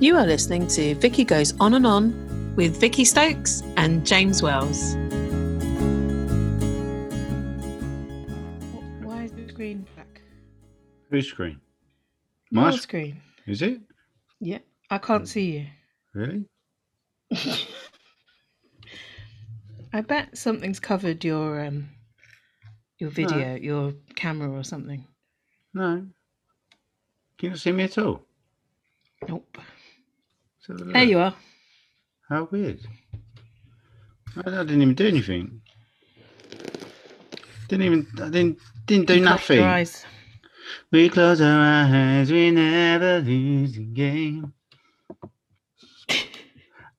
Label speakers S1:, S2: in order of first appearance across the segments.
S1: You are listening to Vicky Goes On and On with Vicky Stokes and James Wells.
S2: Why is the screen black?
S3: Whose screen?
S2: Your
S3: My sc-
S2: screen.
S3: Is it?
S2: Yeah, I can't see
S3: Really?
S2: you. I bet something's covered your um your video, your camera or something.
S3: No. Can you see me at all?
S2: Nope.
S3: So
S2: There you are.
S3: How weird. I, I didn't even do anything. Didn't even. I didn't. Didn't do
S2: You closed
S3: nothing.
S2: Your eyes.
S3: We close our eyes. We never lose a game.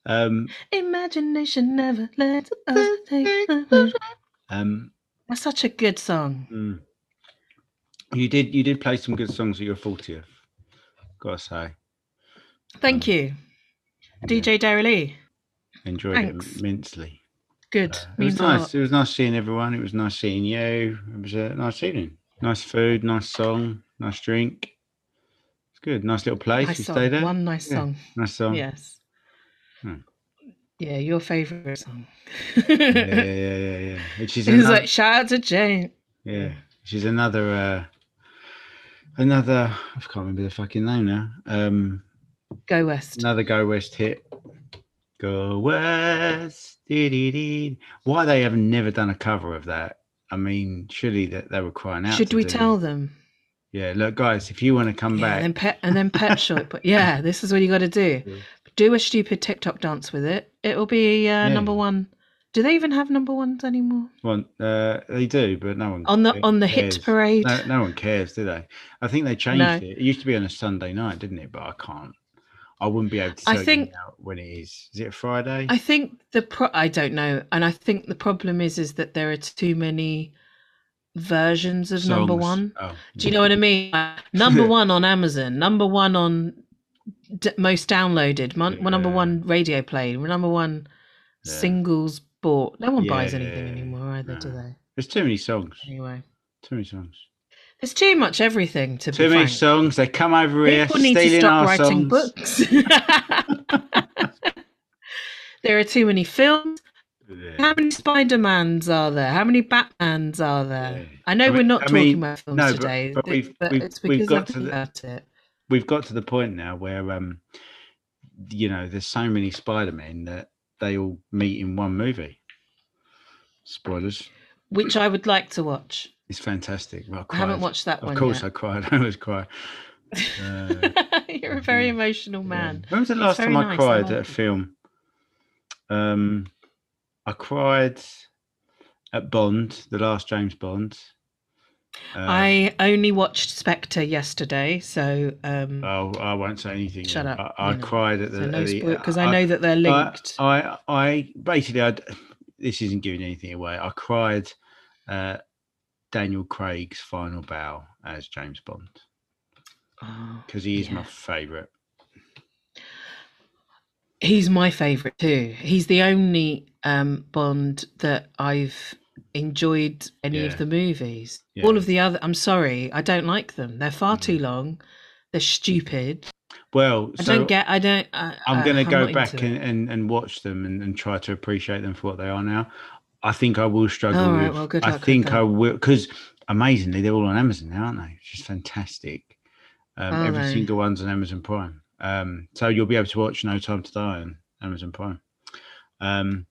S3: um.
S2: Imagination never lets us take the lead.
S3: Um.
S2: That's such a good song.
S3: mm. You did. You did play some good songs at your fortieth. Gotta say,
S2: Thank you. DJ Derry Lee.
S3: enjoyed
S2: Thanks.
S3: it immensely.
S2: Good.
S3: Uh, It was
S2: Means a
S3: nice.
S2: lot.
S3: It was nice seeing everyone. It was nice seeing you. It was a nice evening. Nice food, nice song, nice drink. It's good. Nice little place.
S2: Nice
S3: you
S2: song.
S3: stayed there.
S2: One nice
S3: Yeah.
S2: song.
S3: Nice song. Yeah.
S2: Yes.
S3: Hmm.
S2: Yeah, your favourite song.
S3: yeah, yeah, yeah, yeah, yeah. Which is
S2: He's
S3: ano-
S2: like, shout out to Jane.
S3: yeah. Which is another uh another I can't remember the fucking name now. Um
S2: Go West.
S3: another Go West hit. Go West. dee-dee-dee. Why they have never done a cover of that? I mean, surely that they were crying out.
S2: Should
S3: to
S2: we
S3: do-
S2: tell them?
S3: Yeah, look, guys, if you want to come
S2: Yeah,
S3: back,
S2: and then pet and then pet shop. But yeah, this is what you got to do.
S3: Yeah.
S2: Do a stupid TikTok dance with it. It'll be uh, number one. Do they even have number ones anymore
S3: Well, uh, they do, but no one
S2: on the
S3: ca-
S2: on the
S3: cares.
S2: hit parade?
S3: No, no one cares, do they? I think they changed
S2: No.
S3: it. It used to be on a Sunday night, didn't it? But I can't. I wouldn't be able to
S2: I
S3: tell
S2: think-
S3: you now when it is. Is it Friday?
S2: I think the pro- I don't know, and I think the problem is is that there are too many versions of number
S3: Songs.
S2: one.
S3: Oh,
S2: Do you know what I mean? Like, Number one on Amazon, number one on d- most downloaded, mon- well, number
S3: Yeah.
S2: one radio play, number one
S3: Yeah.
S2: singles bought. No one buys anything
S3: Yeah,
S2: anymore either, do
S3: no.
S2: they?
S3: There's too many songs.
S2: Anyway,
S3: Too many songs.
S2: there's too much everything to
S3: Too
S2: be
S3: many
S2: frank.
S3: songs. They come over here
S2: People need
S3: stealing
S2: to
S3: our
S2: stop writing
S3: songs.
S2: books. there are too many films. How
S3: Yeah.
S2: many Spider Mans are there? How many Batmans are there?
S3: Yeah.
S2: I know
S3: I mean-
S2: we're not
S3: I
S2: talking
S3: mean,
S2: about films
S3: no, but-
S2: today,
S3: but we've- we've-
S2: it's
S3: we've
S2: because I've
S3: got to
S2: been
S3: the-
S2: about it.
S3: We've got to the point now where, um, you know, there's so many Spider-Men that they all meet in one movie. Spoilers.
S2: which I would like to watch.
S3: It's fantastic. Well,
S2: I haven't
S3: cried.
S2: watched that
S3: Of
S2: one.
S3: course, I
S2: yet.
S3: cried. I always cry. Uh, yeah.
S2: You're a very
S3: Yeah.
S2: emotional man.
S3: When was the
S2: It's
S3: last
S2: very
S3: time I
S2: nice, I
S3: cried
S2: like
S3: at a
S2: it.
S3: film? Um, I cried at Bond, the last James Bond. Um,
S2: I only watched Spectre yesterday, so um,
S3: Oh, I won't say anything.
S2: Shut
S3: then.
S2: up,
S3: I, I
S2: you know.
S3: cried at the.
S2: so
S3: at
S2: no
S3: the- uh,
S2: because I, know that they're linked.
S3: I, I, I basically, I. This isn't giving anything away. I cried uh, Daniel Craig's final bow as James Bond
S2: Oh,
S3: because he is my
S2: Yeah.
S3: favourite.
S2: he's my favorite too. He's the only um, Bond that I've enjoyed any
S3: Yeah.
S2: of the movies.
S3: Yeah.
S2: All of the other, I'm sorry, I don't like them. They're far
S3: Mhm.
S2: too long. They're stupid.
S3: Well,
S2: I
S3: so
S2: don't get. I don't. I,
S3: I'm going to go
S2: not
S3: back
S2: into it.
S3: and, and, and watch them and, and try to appreciate them for what they are now. I think I will struggle.
S2: All right,
S3: with,
S2: well, good
S3: I
S2: luck with
S3: think
S2: that.
S3: I will because amazingly they're all on Amazon now, aren't they? It's just fantastic. Um,
S2: Are
S3: every
S2: they?
S3: single one's on Amazon Prime. Um, so you'll be able to watch No Time to Die on Amazon Prime. Um,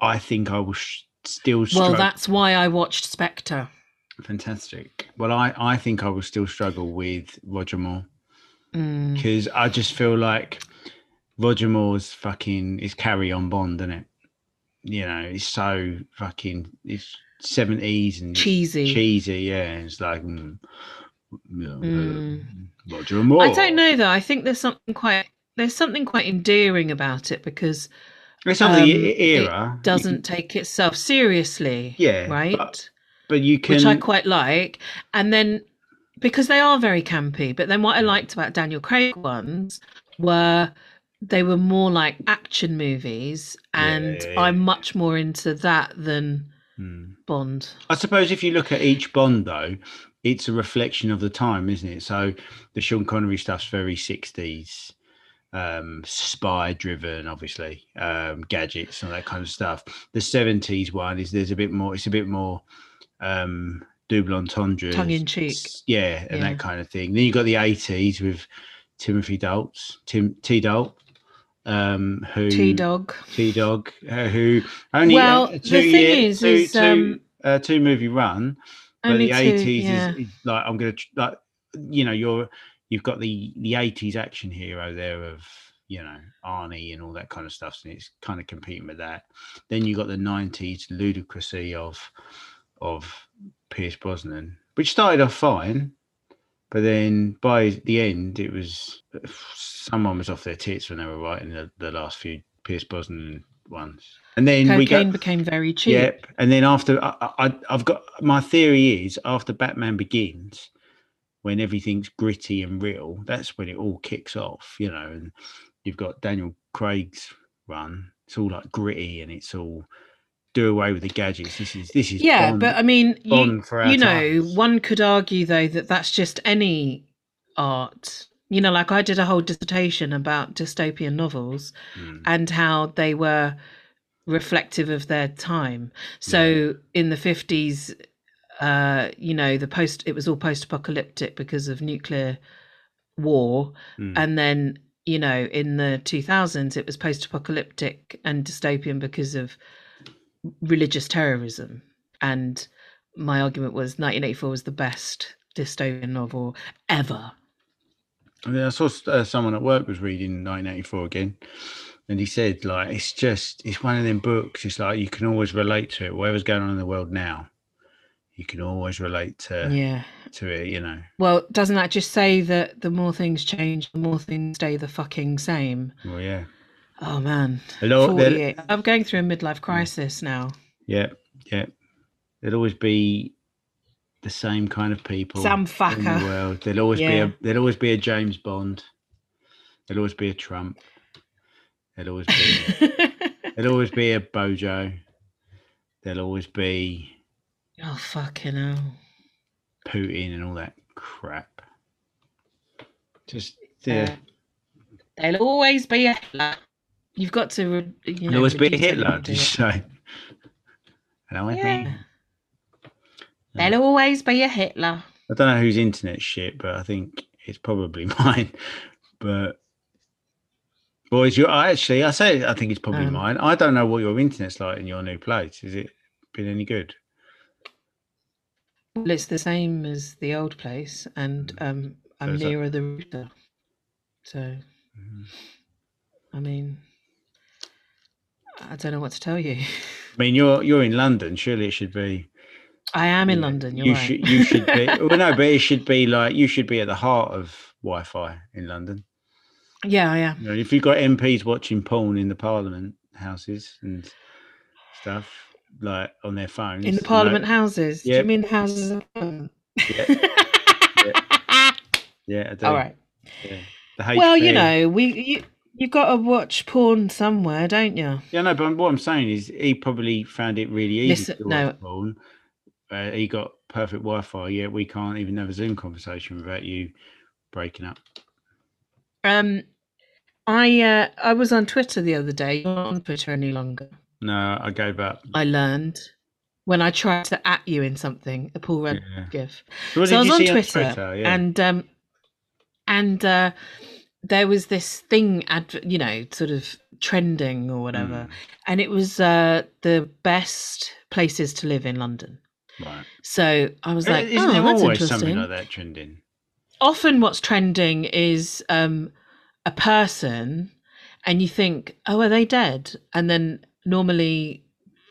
S3: I think I will sh- still struggle.
S2: Well, that's why I watched Spectre.
S3: fantastic. Well, I, I think I will still struggle with Roger Moore
S2: Mm.
S3: because I just feel like Roger Moore's fucking is carry on Bond, isn't it? You know, it's so fucking it's seventies and it's
S2: Cheesy.
S3: cheesy, yeah. and It's like mm, you know, uh,
S2: Mm.
S3: Roger Moore.
S2: I don't know though. I think there's something quite there's something quite endearing about it because
S3: It's not the
S2: Um,
S3: e-
S2: it
S3: era. you-
S2: doesn't take itself seriously.
S3: Yeah,
S2: Right?
S3: but- but you can.
S2: Which I quite like. And then because they are very campy, but then what I liked about Daniel Craig ones were they were more like action movies and
S3: Yeah.
S2: I'm much more into that than
S3: Mm.
S2: Bond.
S3: I suppose if you look at each Bond, though, it's a reflection of the time, isn't it? So the Sean Connery stuff's very 60s. um, spy driven, obviously, um, gadgets and that kind of stuff. The 70s one is there's a bit more, it's a bit more um, double entendre,
S2: Tongue in cheek.
S3: Yeah, and
S2: Yeah.
S3: that kind of thing. Then you've got the 80s with Timothy Daltz, Tim T Dalt, um, who
S2: T Dog.
S3: T Dog, uh, who only
S2: Well,
S3: uh,
S2: the
S3: two
S2: thing
S3: year,
S2: is,
S3: two,
S2: is,
S3: two,
S2: um,
S3: uh, two movie run, but
S2: Only
S3: the
S2: two.
S3: eighties
S2: yeah.
S3: is, is like I'm gonna tr- like you know you're you've got the the eighties action hero there of you know Arnie and all that kind of stuff, and it's kind of competing with that. Then you got the nineties ludicrousy of of Pierce Brosnan, which started off fine. But then by the end, it was someone was off their tits when they were writing the, the last few Pierce Brosnan ones. And then we got
S2: Cocaine became very cheap.
S3: Yep. And then after I, I, I've got my theory is after Batman Begins, when everything's gritty and real, that's when it all kicks off, you know. And you've got Daniel Craig's run; it's all like gritty and it's all do away with the gadgets. This is this is
S2: Yeah,
S3: Bond-
S2: but I mean, you,
S3: Bond for our
S2: you know,
S3: times.
S2: one could argue though that that's just any art. You know, like I did a whole dissertation about dystopian novels
S3: Mm,
S2: and how they were reflective of their time. So in the 50s, uh, you know, the post it was all post-apocalyptic because of nuclear war,
S3: mm.
S2: and then you know in the 2000s it was post-apocalyptic and dystopian because of religious terrorism and my argument was 1984 was the best dystopian novel ever
S3: I, mean, I saw s- uh, someone at work was reading 1984 again, and he said, like, it's just, it's one of them books. It's like you can always relate to it. Whatever's going on in the world now, you can always relate to
S2: yeah
S3: to it. You know,
S2: well doesn't that just say that the more things change the more things stay the fucking same
S3: well, yeah,
S2: oh man
S3: a lot. there'll-
S2: 48 i'm going through a midlife crisis now
S3: Yeah, yeah. There'll always be the same kind of people
S2: sam
S3: in the
S2: fucker
S3: world. There'll always be
S2: Yeah.
S3: a there'll always be a James Bond. There'll always be a Trump. There'll always be there'll always be a Bojo. There'll always be
S2: oh fucking hell
S3: Putin and all that crap. Just yeah.
S2: Uh, There'll always be a Hitler. You've got to, re- you know,
S3: there'll always be a
S2: reduce it
S3: Hitler,
S2: down to
S3: did you
S2: it.
S3: say? Hello, I
S2: Yeah.
S3: think.
S2: There'll always be a Hitler.
S3: I don't know whose internet shit, but I think it's probably mine. But boys, you I actually I say I think it's probably
S2: Um,
S3: mine. I don't know what your internet's like in your new place. Is it been any good?
S2: Well, it's the same as the old place, and
S3: Mm.
S2: um, I'm
S3: is that-
S2: nearer the router. So, I mean, I don't know what to tell you.
S3: I mean, you're you're in London. Surely it should be.
S2: I am in
S3: Yeah,
S2: London. You're
S3: you
S2: right.
S3: should you should be. well, no, but it should be like you should be at the heart of Wi-Fi in London.
S2: yeah, I am.
S3: You know, if you've got MPs watching porn in the Parliament houses and stuff like on their phones
S2: In
S3: you
S2: the
S3: know,
S2: Parliament houses. Do
S3: Yep.
S2: you mean houses? of Parliament?
S3: yeah, I do.
S2: All right.
S3: The
S2: Well, you
S3: HP.
S2: know, we you, you got to watch porn somewhere, don't you?
S3: Yeah, no, but what I'm saying is he probably found it really easy
S2: Listen,
S3: to watch porn. Uh, he got perfect Wi-Fi, yet we can't even have a Zoom conversation without you breaking up.
S2: Um, I uh, I was on Twitter the other day. You're not on Twitter any longer.
S3: No, I gave up.
S2: I learned when I tried to at you in something, a Paul Rudd
S3: Yeah.
S2: gif.
S3: So, what
S2: so I
S3: did
S2: was
S3: you
S2: on
S3: see
S2: Twitter,
S3: Yeah.
S2: and um, and uh, there was this thing, adver- you know, sort of trending or
S3: Hmm.
S2: whatever, and it was uh, the best places to live in London.
S3: Mm, right.
S2: So I was like,
S3: Isn't
S2: oh,
S3: there
S2: that's
S3: always
S2: interesting.
S3: something like that trending?
S2: often what's trending is um a person and you think oh are they dead and then normally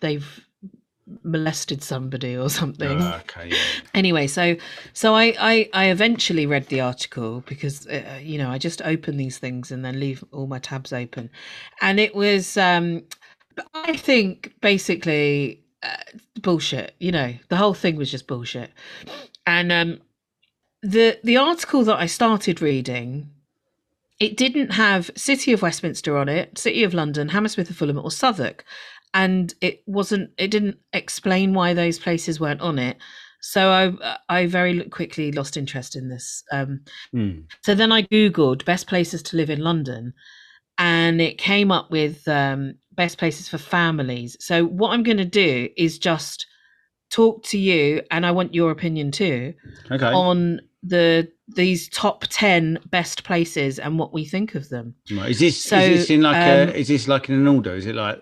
S2: they've molested somebody or something
S3: Oh, okay, yeah.
S2: anyway so so I, I i eventually read the article because uh, you know i just open these things and then leave all my tabs open and it was um but i think basically uh, bullshit you know the whole thing was just bullshit and um the the article that i started reading it didn't have city of westminster on it city of london hammersmith and fulham or southwark and it wasn't it didn't explain why those places weren't on it So I I very quickly lost interest in this. Um,
S3: Mm.
S2: so then I googled best places to live in London, and it came up with um, best places for families. So what I'm going to do is just talk to you, and I want your opinion too
S3: Okay.
S2: on the these top ten best places and what we think of them.
S3: Right. Is this
S2: So,
S3: is this in like
S2: um,
S3: a is this like in an order? Is it like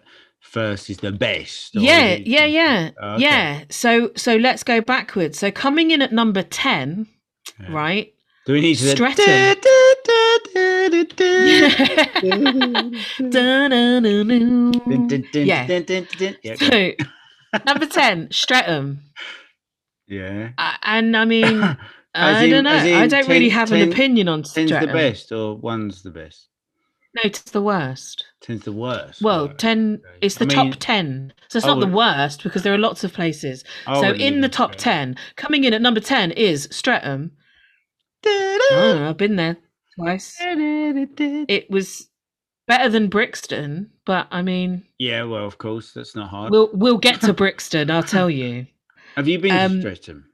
S3: first is the best? or is
S2: yeah,
S3: it-
S2: yeah, yeah,
S3: Oh, okay.
S2: yeah. So so let's go backwards. So coming in at number ten,
S3: Yeah.
S2: right?
S3: Do we need to
S2: Streatham. Dun-dun-dun-dun. Yeah.
S3: Yeah. go.
S2: So, number 10, Streatham.
S3: Yeah.
S2: Uh, and I mean, I
S3: in-
S2: don't know.
S3: as
S2: I
S3: in
S2: don't really
S3: 10
S2: have
S3: 10
S2: an opinion on
S3: Ten's the
S2: Streatham.
S3: best or one's the best?
S2: No, it's the worst.
S3: Ten's the worst.
S2: Well,
S3: right.
S2: 10,
S3: okay.
S2: it's
S3: I
S2: the top
S3: mean,
S2: 10. So it's
S3: I
S2: not the
S3: would-
S2: worst because there are lots of places.
S3: I
S2: so
S3: wouldn't
S2: in the
S3: even
S2: top
S3: say-
S2: 10, coming in at number 10 is Streatham. Oh, I've been there twice. It was better than Brixton, but I mean,
S3: Yeah, well, of course, that's not hard.
S2: we'll we'll get to Brixton, I'll tell you.
S3: Have you been
S2: um,
S3: to Streatham?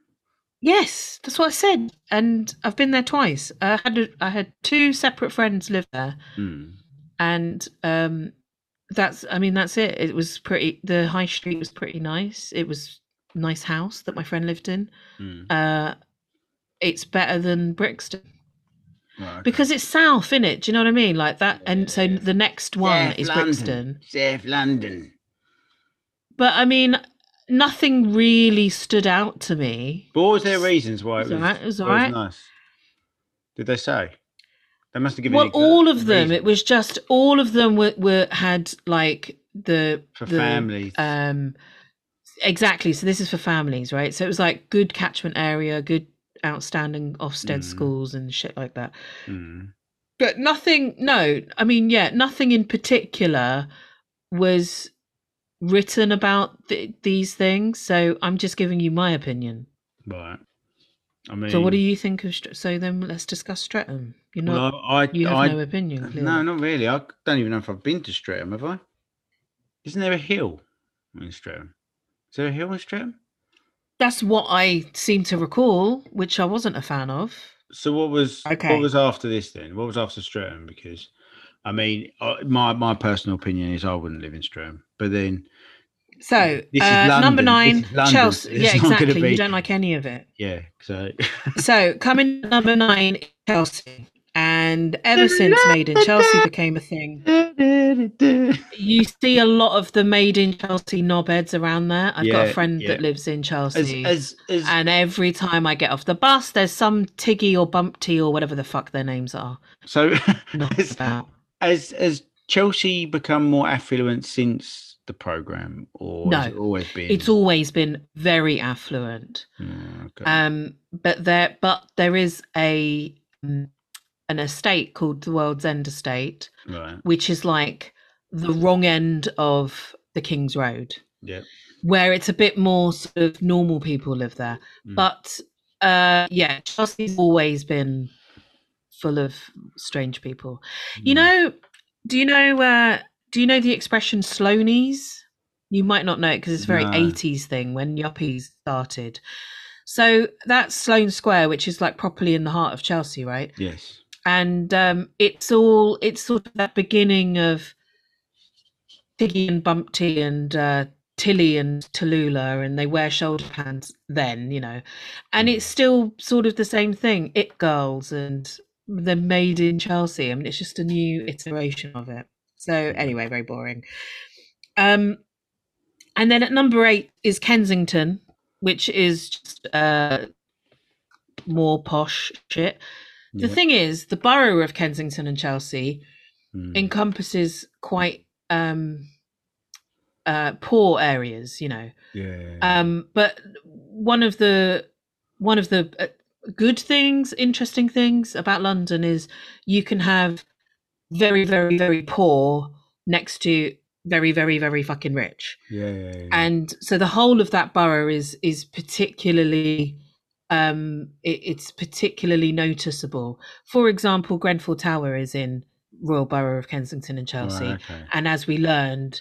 S2: Yes, that's what I said, and I've been there twice. I had a, I had two separate friends live there,
S3: Hmm.
S2: and um, that's I mean that's it. It was pretty. The high street was pretty nice. It was a nice house that my friend lived in.
S3: Hmm.
S2: Uh, it's better than Brixton
S3: Right, okay.
S2: because it's south, in it. Do you know what I mean? Like that, and so
S3: Yeah.
S2: the next one
S3: South
S2: is
S3: London.
S2: Brixton.
S3: South London.
S2: But I mean, nothing really stood out to me.
S3: But what was their
S2: It's-
S3: reasons why it
S2: it's
S3: was,
S2: alright, it was
S3: why
S2: alright.
S3: nice? Did they say? They must have given
S2: well
S3: it
S2: all of them it was just all of them were, were had like the
S3: for
S2: the,
S3: families.
S2: um exactly so this is for families right so it was like good catchment area good outstanding ofsted
S3: Mm.
S2: schools and shit like that
S3: Hmm.
S2: but nothing no i mean yeah nothing in particular was written about th- these things so i'm just giving you my opinion
S3: Right. I mean,
S2: so what do you think of Stre- so then let's discuss streatham you know
S3: Well, I, I,
S2: you have
S3: I,
S2: no opinion clearly.
S3: no, not really. I don't even know if I've been to Streatham. Have I? Isn't there a hill in Streatham? Is there a hill in Streatham?
S2: That's what I seem to recall, which I wasn't a fan of.
S3: So what was
S2: Okay.
S3: what was after this then? What was after Streatham? Because I mean, I- my my personal opinion is I wouldn't live in Streatham. But then,
S2: So
S3: This is
S2: uh, number
S3: London. This
S2: nine,
S3: is London.
S2: Chelsea.
S3: It's
S2: yeah,
S3: not gonna
S2: exactly.
S3: be-
S2: You don't like any of it.
S3: yeah. So
S2: So coming at number nine, is Chelsea. And ever since Made in Chelsea became a thing, you see a lot of the Made in Chelsea knobheads around there. I've got a
S3: Yeah,
S2: friend that
S3: yeah.
S2: lives in
S3: as
S2: Chelsea.
S3: as as
S2: and every time I get off the bus, there's some Tiggy or Bumpty or whatever the fuck their names are.
S3: so
S2: Not
S3: As-
S2: about.
S3: as as Chelsea become more affluent since the program, or has
S2: No,
S3: it always been?
S2: It's always been very affluent.
S3: Mm, okay.
S2: Um, but there, but there is a um, an estate called the World's End Estate,
S3: right.
S2: which is like the wrong end of the King's Road,
S3: Yeah.
S2: where it's a bit more sort of normal people live there.
S3: Mm.
S2: But uh, yeah, Chelsea's always been full of strange people. You
S3: Mm.
S2: know, do you know uh, do you know the expression Sloanies? You might not know it because it's a very
S3: No.
S2: 80s thing when yuppies started. So that's Sloane Square, which is like properly in the heart of Chelsea, right?
S3: Yes.
S2: And um, it's all it's sort of that beginning of Tiggy and Bumpty and uh, Tilly and Tallulah, and they wear shoulder pads then, you know. And it's still sort of the same thing. It girls and they're made in Chelsea. I mean, it's just a new iteration of it. So anyway, very boring. Um, and then at number eight is Kensington, which is just uh, more posh shit. The
S3: Yeah.
S2: thing is, the borough of Kensington and Chelsea
S3: Mm.
S2: encompasses quite um, uh, poor areas, you know.
S3: yeah.
S2: Um, but one of the one of the uh, good things, interesting things about London is you can have very, very, very poor next to very, very, very fucking rich,
S3: yeah. yeah, yeah.
S2: and so the whole of that borough is is particularly um it, it's particularly noticeable. For example, Grenfell Tower is in Royal Borough of Kensington and
S3: Right,
S2: Chelsea,
S3: okay.
S2: and as we learned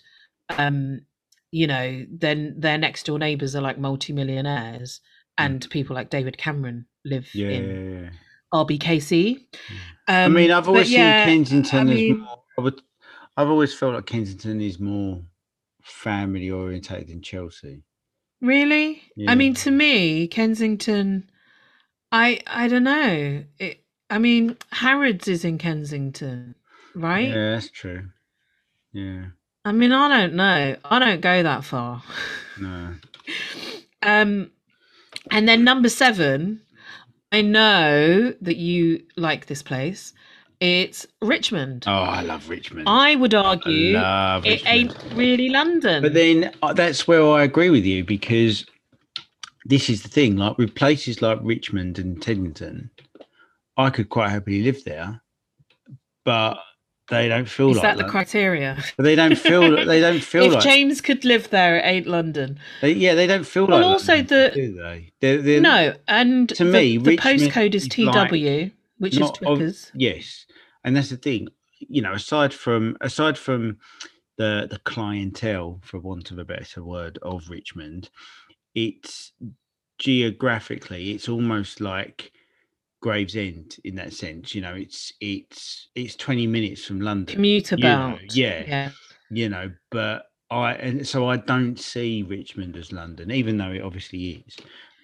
S2: um you know then their next door neighbors are like multimillionaires and people like David Cameron live
S3: Mm. Yeah. Mm.
S2: in RBKC.
S3: I
S2: Um,
S3: mean, I've
S2: but
S3: always
S2: yeah,
S3: seen Kensington
S2: I
S3: as
S2: mean-
S3: more. I would, I've always felt like Kensington is more family orientated than Chelsea.
S2: Really?
S3: Yeah.
S2: I mean, to me, Kensington. I I don't know. It, I mean, Harrods is in Kensington, right?
S3: Yeah, that's true. Yeah,
S2: I mean, I don't know. I don't go that far.
S3: no.
S2: um, and then number seven, I know that you like this place. It's Richmond.
S3: Oh, I love Richmond.
S2: I would
S3: I
S2: argue
S3: love
S2: it
S3: Richmond.
S2: ain't really London.
S3: But then uh, that's where I agree with you because this is the thing. Like with places like Richmond and Teddington, I could quite happily live there, but they don't feel
S2: is
S3: like
S2: that the
S3: that.
S2: criteria?
S3: But they don't feel. They don't feel
S2: if
S3: like.
S2: James could live there, it ain't London.
S3: they, yeah, they don't feel
S2: Well,
S3: like.
S2: also
S3: London,
S2: the-
S3: do they? They're, they're,
S2: no, and
S3: to
S2: the,
S3: me,
S2: the
S3: Richmond
S2: postcode is
S3: is like
S2: TW, which is
S3: not of-
S2: Twickers.
S3: Yes, and that's the thing. You know, aside from aside from the the clientele, for want of a better word, of Richmond, it's geographically, it's almost like Gravesend in that sense. You know, it's it's it's twenty minutes from London.
S2: Commute
S3: you know,
S2: about.
S3: yeah.
S2: yeah.
S3: You know, but I and so I don't see Richmond as London, even though it obviously is.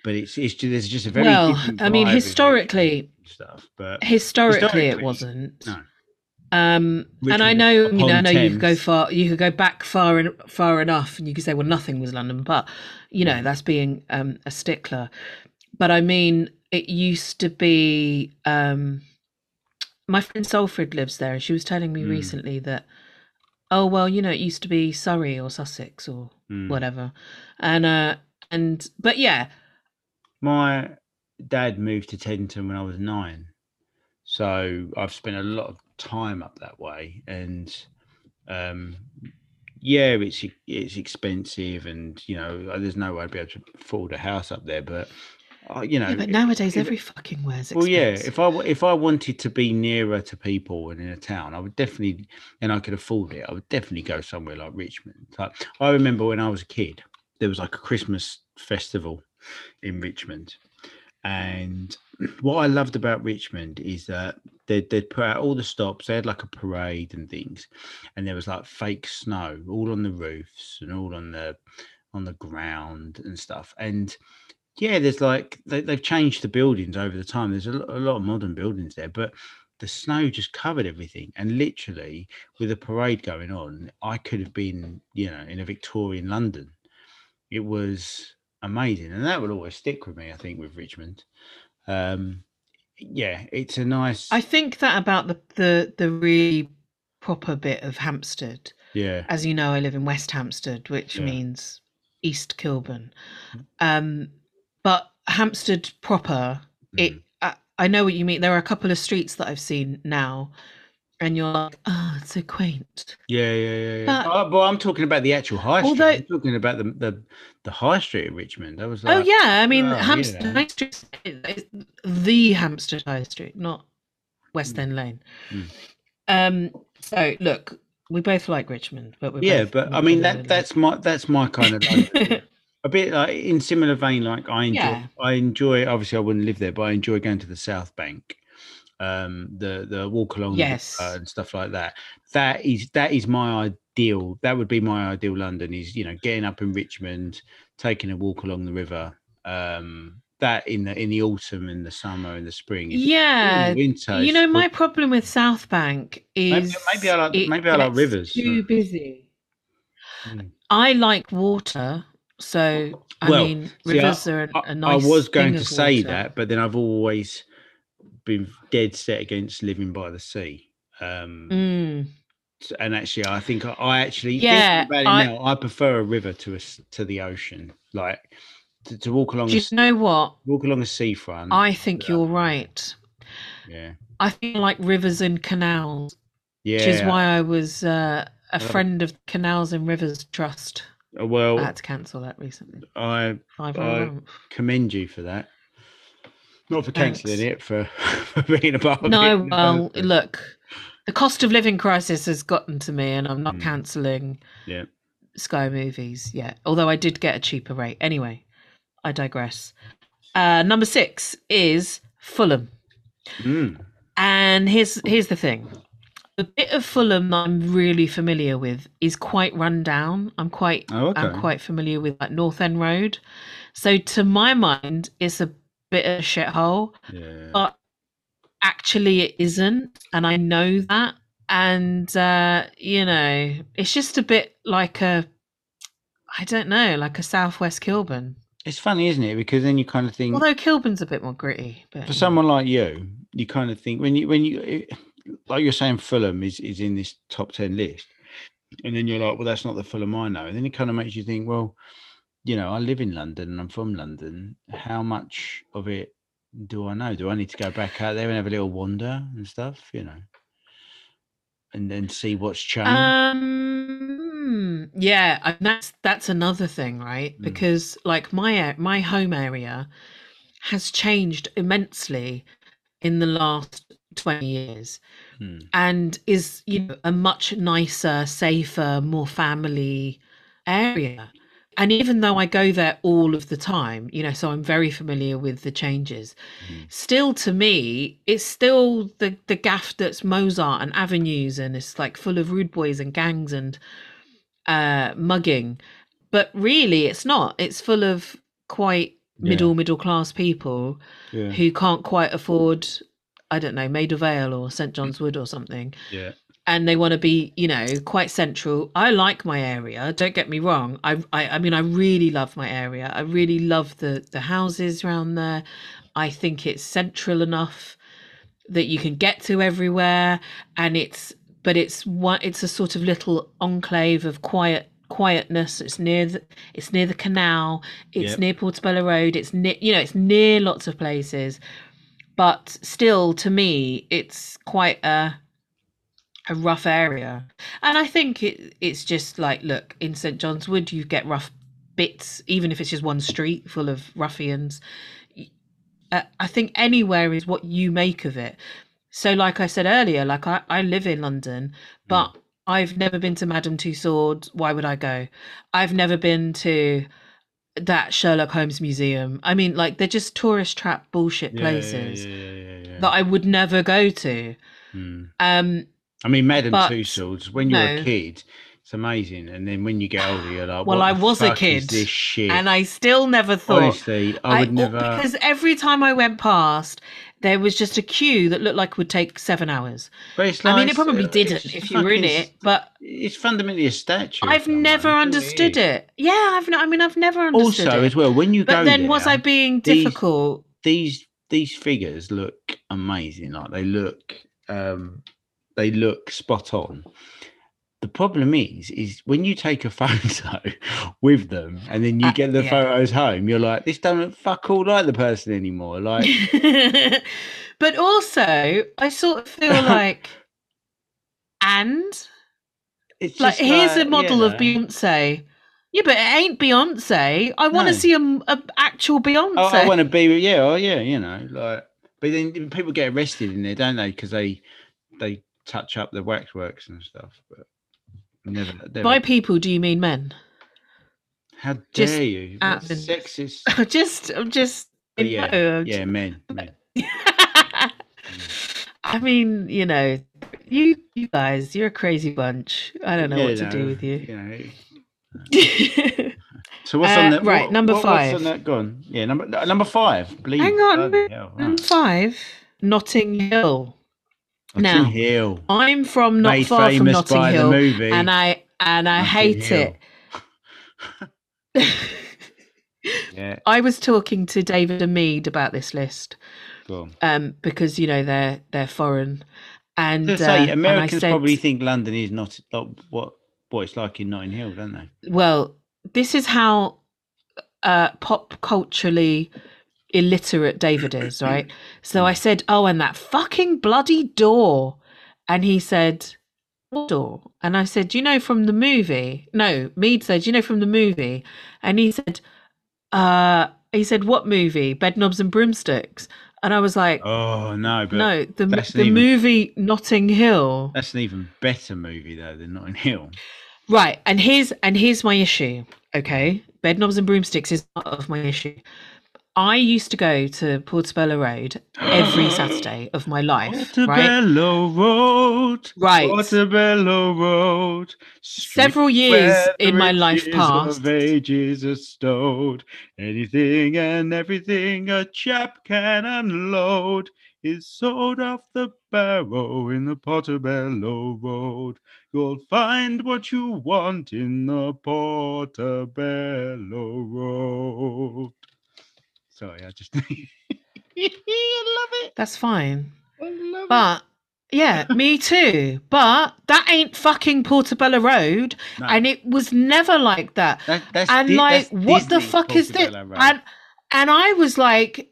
S3: But it's it's just, there's just a very
S2: Well,
S3: different
S2: I mean,
S3: vibe in Richmond
S2: historically-
S3: and stuff. But
S2: Historically, it
S3: Historically,
S2: wasn't.
S3: no.
S2: Um, and I
S3: Richmond
S2: know, you know, I
S3: upon
S2: know you could go
S3: Thames.
S2: far, you could go back far and far enough, and you could say, well, nothing was London, but you know, that's being um, a stickler. But I mean, it used to be. Um, my friend Salford lives there, and she was telling me
S3: Mm.
S2: recently that, oh well, you know, it used to be Surrey or Sussex or
S3: mm.
S2: whatever, and uh, and but yeah,
S3: My dad moved to Teddington when I was nine. So I've spent a lot of time up that way and um yeah, it's e- it's expensive and you know, there's no way I'd be able to afford a house up there, but uh, you know,
S2: yeah, but nowadays
S3: if-
S2: every fucking where's
S3: well, yeah.
S2: expensive.
S3: If I w- if I wanted to be nearer to people and in a town, I would definitely, and I could afford it. I would definitely go somewhere like Richmond. Like, I remember when I was a kid, there was like a Christmas festival in Richmond, and what I loved about Richmond is that they'd, they'd put out all the stops. They had like a parade and things, and there was like fake snow all on the roofs and all on the on the ground and stuff. And yeah, there's like they, they've changed the buildings over the time. There's a, lo- a lot of modern buildings there, but the snow just covered everything. And literally, with a parade going on, I could have been, you know, in a Victorian London. It was amazing, and that will always stick with me. I think with Richmond, um, yeah, it's a nice,
S2: I think that about the the the really proper bit of Hampstead.
S3: yeah,
S2: as you know, I live in West Hampstead, which
S3: Yeah. Mm.
S2: means East Kilburn. Um, but Hampstead proper,
S3: mm,
S2: it I, I know what you mean. There are a couple of streets that I've seen now, and you're like, oh, it's so quaint.
S3: Yeah, yeah, yeah. yeah.
S2: But-
S3: oh, but I'm talking about the actual high
S2: Although-
S3: street. I'm talking about the the, the high street of Richmond. That was
S2: oh
S3: like,
S2: yeah, I mean
S3: oh,
S2: Hampstead
S3: yeah.
S2: High Street is the Hampstead High Street, not West
S3: Mm.
S2: End Lane.
S3: Mm.
S2: Um, so look, we both like Richmond, but we're
S3: yeah.
S2: both
S3: But I
S2: not
S3: mean
S2: gonna
S3: that
S2: live-
S3: that's my that's my kind of like, a bit like in similar vein. Like I enjoy
S2: Yeah.
S3: I enjoy obviously I wouldn't live there, but I enjoy going to the South Bank, um, the the walk along the river
S2: Yes.
S3: and stuff like that. That is that is my ideal. That would be my ideal London. Is you know getting up in Richmond, taking a walk along the river. Um, that in the in the autumn, in the summer, in the spring. is
S2: yeah,
S3: in the winter,
S2: You
S3: it's
S2: know, my
S3: full-
S2: problem with South Bank
S3: Maybe-
S2: is
S3: maybe I like-
S2: it
S3: maybe I like
S2: gets
S3: rivers.
S2: Too busy.
S3: Mm.
S2: I like water, so I
S3: Well,
S2: mean
S3: see, I-
S2: rivers are a,
S3: I,
S2: a nice.
S3: I was going
S2: thing
S3: to
S2: of
S3: say
S2: water.
S3: that, but then I've always been dead set against living by the sea. Um,
S2: Mm.
S3: s- And actually, I think I, I actually thinking
S2: Yeah,
S3: about it
S2: I-
S3: now, I prefer a river to a, s- to the ocean, like to, to walk along
S2: Do
S3: a,
S2: you
S3: s-
S2: know what?
S3: walk along a seafront.
S2: I think
S3: Hmm. Yeah.
S2: you're right.
S3: yeah,
S2: I think I like rivers and canals,
S3: yeah.
S2: which is why I was uh, a
S3: love it.
S2: friend of the Canals and Rivers Trust.
S3: uh, Well,
S2: I had to cancel that recently.
S3: I
S2: Five or
S3: I-
S2: a month.
S3: commend you for that. Not for cancelling
S2: Thanks.
S3: it, for, for being a part of it.
S2: No,
S3: in the
S2: well,
S3: first place.
S2: look, the cost of living crisis has gotten to me, and I'm not
S3: Mm.
S2: cancelling
S3: Yeah.
S2: Sky Movies yet. Although I did get a cheaper rate. Anyway, I digress. Uh, number six is Fulham.
S3: Mm.
S2: And here's here's the thing. The bit of Fulham that I'm really familiar with is quite run down. I'm quite
S3: Oh, okay.
S2: I'm quite familiar with like North End Road. So to my mind, it's a bit of a shithole.
S3: yeah.
S2: but- Actually it isn't, and I know that. And uh, you know, it's just a bit like a I don't know, like a southwest Kilburn.
S3: It's funny, isn't it? Because then you kind of think
S2: Although Kilburn's a bit more gritty, but
S3: Mm. for someone like you, you kind of think when you when you it- like you're saying Fulham is is in this top ten list, and then you're like, well, that's not the Fulham I know, and then it kind of makes you think, well, you know, I live in London and I'm from London. How much of it do I know? Do I need to go back out there and have a little wander and stuff? You know, and then see what's changed.
S2: Uh, Um, yeah, and that's that's another thing, right?
S3: Mm.
S2: Because like my a- my home area has changed immensely in the last twenty years,
S3: Hmm.
S2: and is you know a much nicer, safer, more family area. And even though I go there all of the time, you know, so I'm very familiar with the changes.
S3: Mhm.
S2: Still, to me, it's still the the gaff that's Mozart and avenues, and it's like full of rude boys and gangs and uh, mugging. But really, it's not. It's full of quite
S3: Yeah.
S2: middle middle class people
S3: yeah,
S2: who can't quite afford, I don't know, Maid of Vale or St
S3: Mm.
S2: John's Wood or something
S3: yeah,
S2: and they want to be you know quite central i like my area don't get me wrong I, I i mean i really love my area i really love the the houses around there i think it's central enough that you can get to everywhere and it's but it's one it's a sort of little enclave of quiet quietness it's near the it's near the canal it's
S3: Yep.
S2: near portobello road it's near you know it's near lots of places but still to me it's quite a a rough area and i think it, it's just like look in st john's wood you get rough bits even if it's just one street full of ruffians Y- uh, i think anywhere is what you make of it so like i said earlier like i, I live in london
S3: Hmm.
S2: but i've never been to madame tussauds why would i go i've never been to that sherlock holmes museum i mean like they're just tourist trap bullshit
S3: yeah,
S2: places
S3: Yeah, yeah, yeah, yeah, yeah.
S2: that I would never go to.
S3: Hmm.
S2: Um,
S3: I mean, Madame
S2: But,
S3: Tussauds, when you're a
S2: no.
S3: kid, it's amazing. And then when you get older, you're like,
S2: Well,
S3: what
S2: I
S3: the
S2: was a
S3: fuck is
S2: kid,
S3: This shit.
S2: and I still never thought.
S3: Honestly, I would
S2: oh,
S3: never.
S2: because every time I went past, there was just a queue that looked like would take seven hours.
S3: but it's
S2: I mean, it
S3: nice,
S2: probably
S3: uh,
S2: didn't
S3: it's
S2: if you were in
S3: fucking-
S2: it, but
S3: It's fundamentally a statue.
S2: I've never understood it. Yeah, I've. n- I mean, I've never understood
S3: Also,
S2: it.
S3: as well, when you
S2: but
S3: go
S2: then
S3: there,
S2: was I being
S3: these-
S2: difficult?
S3: these these figures look amazing. Like they look, um, they look spot on. The problem is, is when you take a photo with them and then you
S2: Uh,
S3: get the
S2: yeah.
S3: photos home, you're like, this don't look fuck all like the person anymore. Like,
S2: but also, I sort of feel like, and
S3: it's
S2: like
S3: just
S2: here's a
S3: like,
S2: model
S3: yeah.
S2: of Beyonce. Yeah, but it ain't Beyonce. I want to
S3: No.
S2: see a, m- a actual Beyonce.
S3: Oh, I want to be with yeah, oh yeah, you know, like. But then people get arrested in there, don't they? Because they they touch up the waxworks and stuff. But never. never.
S2: By people, do you mean men?
S3: How
S2: just
S3: dare you? That's
S2: admins.
S3: Sexist.
S2: I'm just, I'm just.
S3: But
S2: you
S3: Oh, yeah,
S2: know, I'm
S3: yeah, men. men.
S2: just- I mean, you know, you you guys, you're a crazy bunch. I don't know
S3: Yeah,
S2: what to do
S3: no,
S2: with you.
S3: know, it- So what's
S2: Uh,
S3: on that?
S2: right, number
S3: What's
S2: five.
S3: on that? Gone. Yeah, number no, number five. Believe.
S2: Hang on,
S3: Right.
S2: Five, Notting Hill. now.
S3: Notting Hill.
S2: I'm from not
S3: made
S2: far from
S3: famous
S2: Notting
S3: by
S2: Hill,
S3: the movie.
S2: and I and I
S3: Notting
S2: hate
S3: Hill.
S2: it.
S3: Yeah,
S2: I was talking to David and Mead about this list
S3: go on.
S2: um, because you know they're they're foreign, and,
S3: To
S2: uh,
S3: say,
S2: and I
S3: Americans
S2: said-
S3: probably think London is not like what what it's like in Notting Hill, don't they?
S2: well, this is how uh, pop culturally illiterate David is, right?
S3: Hmm.
S2: So I said, "Oh, and that fucking bloody door," and he said, "What door?" And I said, "You know from the movie." No, Mead said, "You know from the movie," and he said, "Uh." He said, "What movie? Bedknobs and Broomsticks." And I was like,
S3: Oh no, but
S2: no, the m-
S3: that's
S2: the
S3: even-
S2: movie Notting Hill.
S3: that's an even better movie though than Notting Hill.
S2: Right, and here's and here's my issue. Okay, Bedknobs and Broomsticks is part of my issue. I used to go to Portobello Road every Saturday of my life, right?
S3: Portobello Road.
S2: Right.
S3: Portobello Road. street
S2: Several years in
S3: where
S2: my life
S3: bridges
S2: passed.
S3: Of ages are stowed. Anything and everything a chap can unload is sold off the barrow in the Portobello Road. You'll find what you want in the Portobello Road. Sorry, I just. I love it.
S2: That's fine.
S3: I love
S2: But yeah, me too. But that ain't fucking Portobello Road.
S3: it. No,
S2: And it was never like that.
S3: that- that's
S2: and
S3: Di-
S2: like,
S3: that's
S2: what the
S3: Disney
S2: fuck is this?
S3: Portobello Road.
S2: And and I was like,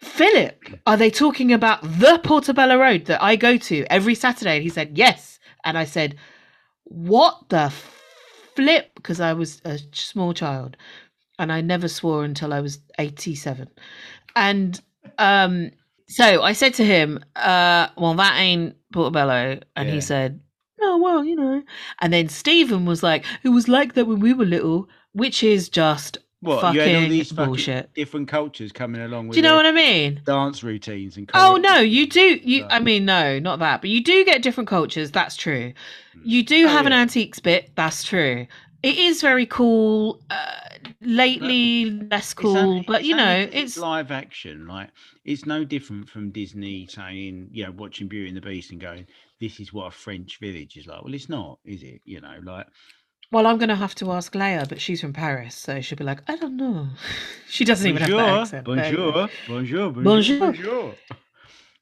S2: Philip, are they talking about the Portobello Road that I go to every Saturday? And he said, Yes. And I said, What the flip? Because I was a small child and I never swore until I was 87. And um so I said to him, uh, well that ain't Portobello. And
S3: Yeah.
S2: he said, Oh well, you know. And then Stephen was like, It was like that when we were little, which is just
S3: What, you had all
S2: fucking
S3: these fucking
S2: bullshit.
S3: different cultures coming along with
S2: Do you know
S3: their
S2: what I mean?
S3: dance routines and
S2: Oh
S3: choreo-
S2: no, you do. You,
S3: Right.
S2: I mean, no, not that. But you do get different cultures. That's true.
S3: Mm.
S2: You do
S3: Oh,
S2: have an
S3: yeah.
S2: antiques bit. That's true. It is very cool. Uh, lately, less
S3: It's
S2: cool.
S3: only-
S2: But you
S3: only
S2: know,
S3: 'cause
S2: it's
S3: live action. Like it's no different from Disney saying, you know, watching Beauty and the Beast and going, "This is what a French village is like." Well, it's not, is it? You know, like
S2: well, I'm gonna have to ask Leia, but she's from Paris, so she'll be like, I don't know. she doesn't even have that
S3: bonjour,
S2: accent. but anyway.
S3: bonjour, bonjour,
S2: Bonjour.
S3: bonjour, bonjour.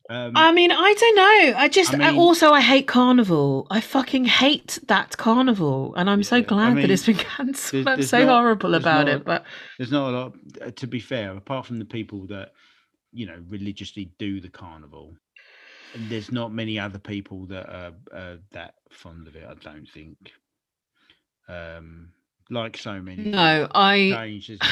S3: Um,
S2: I mean, I don't know. I just I
S3: mean-
S2: also I hate carnival. I fucking hate that carnival, and I'm so
S3: Yeah, I
S2: glad that it's been
S3: there's-
S2: cancelled. I'm
S3: there's
S2: so
S3: not-
S2: horrible
S3: there's
S2: about
S3: not-
S2: it, but
S3: there's not a lot. uh, To be fair, apart from the people that you know religiously do the carnival, there's not many other people that are uh, that fond of it. I don't think. Um, like so many. things,
S2: no, I.
S3: changed, isn't it?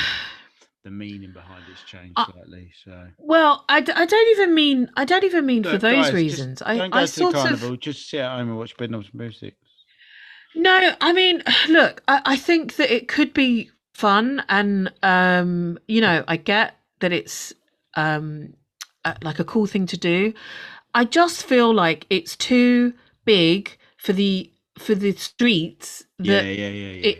S3: The meaning behind it's changed
S2: Uh,
S3: slightly. So
S2: Well, I, d- I don't even mean I don't even mean for
S3: Look,
S2: those
S3: guys, just
S2: reasons. I
S3: don't go
S2: I
S3: to the
S2: sort
S3: carnival.
S2: of
S3: Just sit at home and watch Bedknobs and Broomsticks.
S2: no. I mean, look, I, I think that it could be fun, and um, you know, I get that it's um, uh, like a cool thing to do. I just feel like it's too big for the for the streets
S3: Yeah,
S2: that
S3: yeah, yeah, yeah.
S2: it-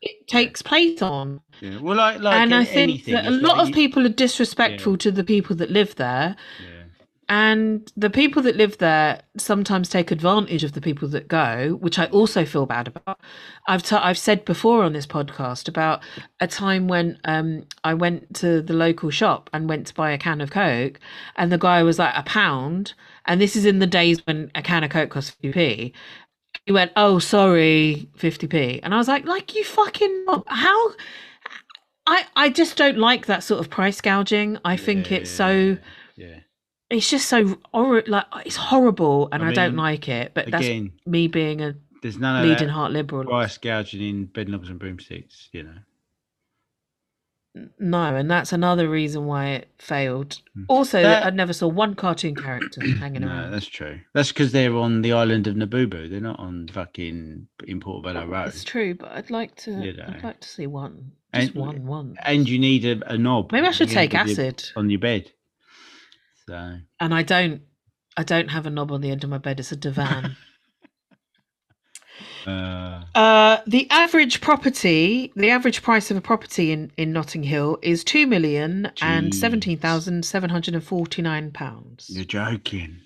S3: yeah,
S2: it takes place on.
S3: yeah. Well, like, like
S2: and
S3: in
S2: I think
S3: anything,
S2: that a
S3: it's e
S2: lot
S3: like
S2: of
S3: you-
S2: people are disrespectful to the people that live there.
S3: Yeah.
S2: And the people that live there sometimes take advantage of the people that go, which I also feel bad about. I've t- I've said before on this podcast about a time when um, I went to the local shop and went to buy a can of Coke, and the guy was like a pound, and this is in the days when a can of Coke cost fifty p. He went, "Oh, sorry, fifty p," and I was like, "Like you fucking knob. how." I, I just don't like that sort of price gouging. I think it's so
S3: Yeah. yeah.
S2: it's just so hor- like it's horrible and
S3: I
S2: I, don't
S3: mean,
S2: like it but that's
S3: Again,
S2: me being a
S3: there's none of
S2: bleeding
S3: that
S2: heart liberal
S3: price gouging in Bedknobs and Broomsticks. You know.
S2: no and that's another reason why it failed
S3: Mm.
S2: also
S3: That-
S2: I never saw one cartoon character hanging
S3: No,
S2: around
S3: that's true. That's because they're on the island of Nabubu. They're not on fucking in Portobello Road.
S2: it's true but I'd like to
S3: You
S2: I'd
S3: know.
S2: like to see one just
S3: And-
S2: one one
S3: And you need a, a knob.
S2: maybe I should
S3: hanging
S2: take
S3: with your-
S2: acid
S3: on your bed. So
S2: and I don't I don't have a knob on the end of my bed it's a divan
S3: uh,
S2: Uh, the average property, the average price of a property in, in Notting Hill is two million and seventeen thousand seven hundred and forty nine pounds.
S3: you're joking.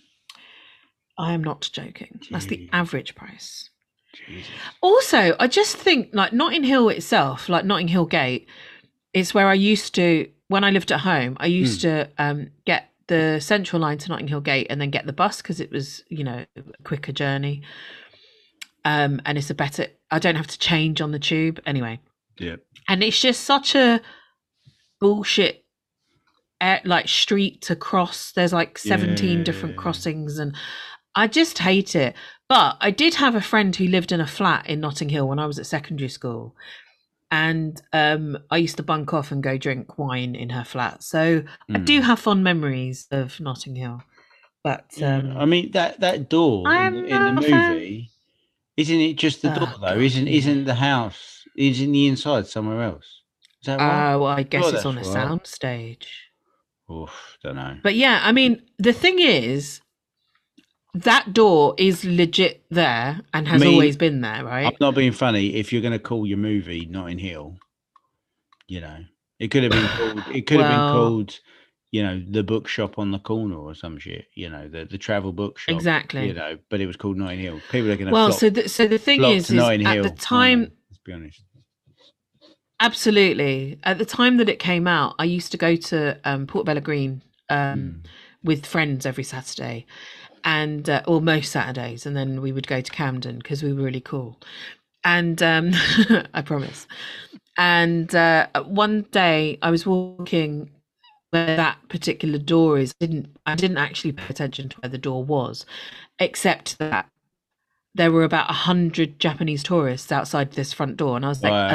S2: I am not joking. That's the
S3: Jeez.
S2: average price.
S3: Jesus.
S2: Also, I just think like Notting Hill itself, like Notting Hill Gate, is where I used to when I lived at home. I used
S3: Hmm.
S2: to um, get the Central Line to Notting Hill Gate and then get the bus because it was you know a quicker journey. Um, and it's a better. I don't have to change on the tube anyway.
S3: Yeah.
S2: and it's just such a bullshit eh, like street to cross there's like 17 different
S3: Yeah.
S2: crossings and i just hate it but i did have a friend who lived in a flat in notting hill when i was at secondary school and um, i used to bunk off and go drink wine in her flat so i
S3: Mm.
S2: do have fond memories of notting hill but
S3: Yeah,
S2: um,
S3: I mean that that door
S2: I
S3: in, the-
S2: am
S3: in the
S2: not a fan.
S3: movie, isn't it just the
S2: Oh,
S3: door though?
S2: God,
S3: Isn't
S2: yeah.
S3: isn't the house? Isn't the inside somewhere else? Is that right?
S2: Uh, well, I guess it's
S3: that's
S2: on a
S3: right.
S2: sound stage. Uh,
S3: Oof, don't know.
S2: But yeah, I mean, the thing is, that door is legit there and has
S3: mean,
S2: always been there, right?
S3: I'm not being funny. If you're going to call your movie Notting Hill, you know, it could have been called. It could have
S2: Well-
S3: been called, you know, the bookshop on the corner or some shit. You know, the the travel bookshop.
S2: Exactly.
S3: You know, but it was called Notting Hill. People are going to
S2: well,
S3: Flop,
S2: so the, so the thing
S3: flop
S2: is,
S3: to
S2: is
S3: Notting
S2: at
S3: Hill,
S2: the
S3: Mm. aren't they?
S2: time,
S3: Let's be honest.
S2: absolutely, at the time that it came out, I used to go to um, Portobello Green um,
S3: Mm.
S2: with friends every Saturday, and uh, or most Saturdays, and then we would go to Camden because we were really cool, and um, I promise. And uh, one day I was walking where that particular door is. Didn't I didn't actually pay attention to where the door was, except that there were about a hundred Japanese tourists outside this front door, and I was like, oh
S3: Right,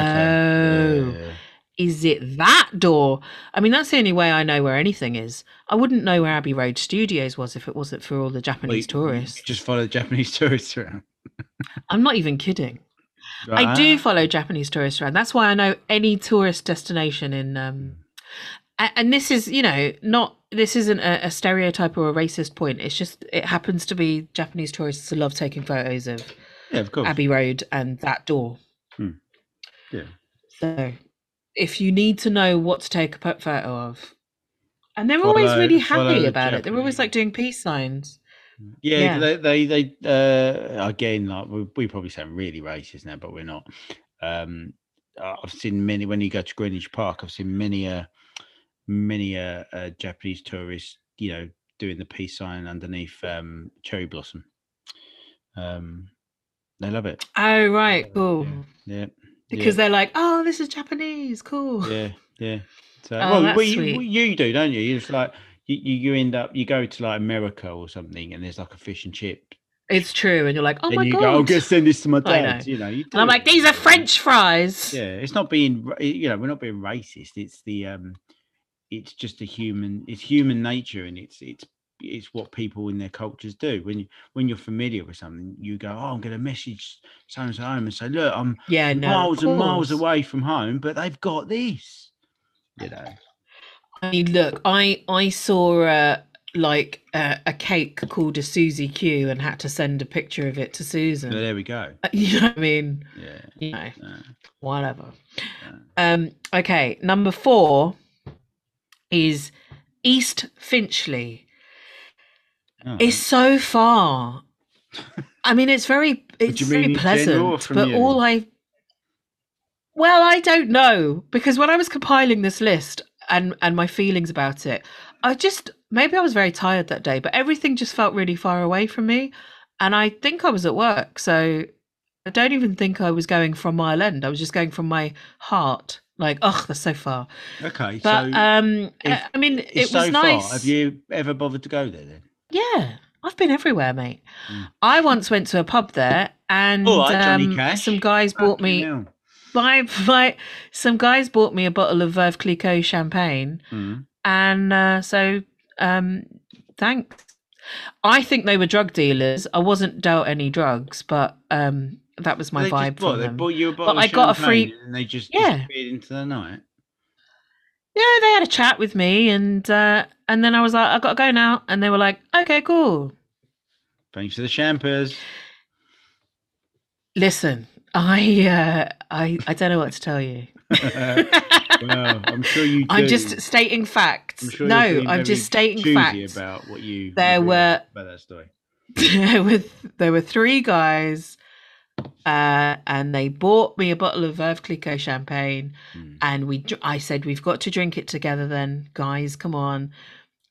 S3: okay. Yeah.
S2: is it that door? I mean, that's the only way I know where anything is. I wouldn't know where Abbey Road Studios was if it wasn't for all the
S3: Well, you-
S2: Japanese
S3: you
S2: tourists.
S3: Just follow the Japanese tourists around.
S2: I'm not even kidding. I
S3: Right,
S2: do
S3: ah,
S2: follow Japanese tourists around. That's why I know any tourist destination in. Um, a- and this is, you know, not this isn't a, a stereotype or a racist point. It's just it happens to be Japanese tourists who love taking photos of
S3: Yeah, of course.
S2: Abbey Road and that door.
S3: Oh. Hmm. Yeah.
S2: So, if you need to know what to take a po- photo of, and they're always
S3: Follow-
S2: really
S3: follow
S2: happy
S3: the
S2: about it. They're always
S3: Japanese-
S2: like doing peace signs.
S3: Yeah,
S2: Yeah.
S3: they they, they uh, again like we, we probably sound really racist now, but we're not. Um, I- I've seen many when you go to Greenwich Park. I've seen many a many a, a Japanese tourist, you know, doing the peace sign underneath um, cherry blossom. Um, they love it.
S2: Oh
S3: Love
S2: right,
S3: it,
S2: cool.
S3: yeah, Yeah,
S2: Because they're like, oh, this is Japanese, cool.
S3: yeah, yeah, yeah. So,
S2: Oh,
S3: well,
S2: that's
S3: well, you,
S2: sweet.
S3: well, you do, don't you? It's like you, you you end up you go to like America or something, and there's like a fish and chip
S2: It's true, and you're like, oh
S3: and
S2: my
S3: you
S2: god.
S3: go, I'm gonna send this to my
S2: I
S3: dad.
S2: know.
S3: You know, you
S2: and I'm
S3: do
S2: like,
S3: it,
S2: these
S3: you
S2: are
S3: know.
S2: French fries.
S3: Yeah, it's not being, ra- eh, you know, we're not being racist. It's the, um, it's just a human, it's human nature, and it's it's it's what people in their cultures do. When you when you're familiar with something, you go, oh, I'm gonna message so and so home and say, look, I'm
S2: Yeah, no, of
S3: miles and miles
S2: course.
S3: away from home, but they've got this. You know,
S2: I mean, look, I I saw a like a, a cake called a Susie Q and had to send a picture of it to
S3: so
S2: Susan.
S3: there we go.
S2: You know what I mean?
S3: Yeah.
S2: You know,
S3: uh,
S2: whatever.
S3: uh,
S2: Um, okay, number four is East Finchley.
S3: all right.
S2: It's so far. I mean, it's very it's
S3: you
S2: very
S3: mean in general or
S2: pleasant,
S3: from
S2: but
S3: you?
S2: all I well, I don't know because when I was compiling this list and and my feelings about it, I just maybe I was very tired that day, but everything just felt really far away from me, and I think I was at work, so I don't even think I was going from Mile End. I was just going from my heart, like, oh, that's so far.
S3: okay.
S2: But
S3: so
S2: um,
S3: if
S2: I mean, it was
S3: it's so
S2: nice.
S3: far. Have you ever bothered to go there then?
S2: Yeah, I've been everywhere, mate.
S3: Mm.
S2: I once went to a pub there, and
S3: All right, Johnny
S2: um,
S3: Cash.
S2: some guys bought
S3: Fucking
S2: me
S3: hell.
S2: my, my some guys bought me a bottle of Verve Clicquot champagne,
S3: Mm.
S2: and uh, so um, thanks. I think they were drug dealers. I wasn't dealt any drugs, but um, that was my
S3: They
S2: vibe
S3: Just,
S2: from
S3: what, they
S2: them.
S3: bought you a bottle
S2: I
S3: of
S2: got a free-
S3: champagne and they just
S2: Yeah.
S3: disappeared into the night.
S2: yeah, they had a chat with me, and uh, and then I was like, I gotta go now, and they were like, okay, cool.
S3: Thanks for the champers.
S2: Listen, I uh, I I don't know what to tell you.
S3: well, I'm sure you. Do.
S2: I'm just stating
S3: I'm
S2: facts.
S3: sure you're
S2: no,
S3: being
S2: I'm just
S3: very
S2: stating
S3: choosy
S2: facts.
S3: about what you.
S2: There
S3: reveal
S2: were-
S3: about that story.
S2: there were there were three guys, uh, and they bought me a bottle of Verve Clicquot champagne,
S3: Mm.
S2: and we. dr- I said we've got to drink it together. Then, guys, come on.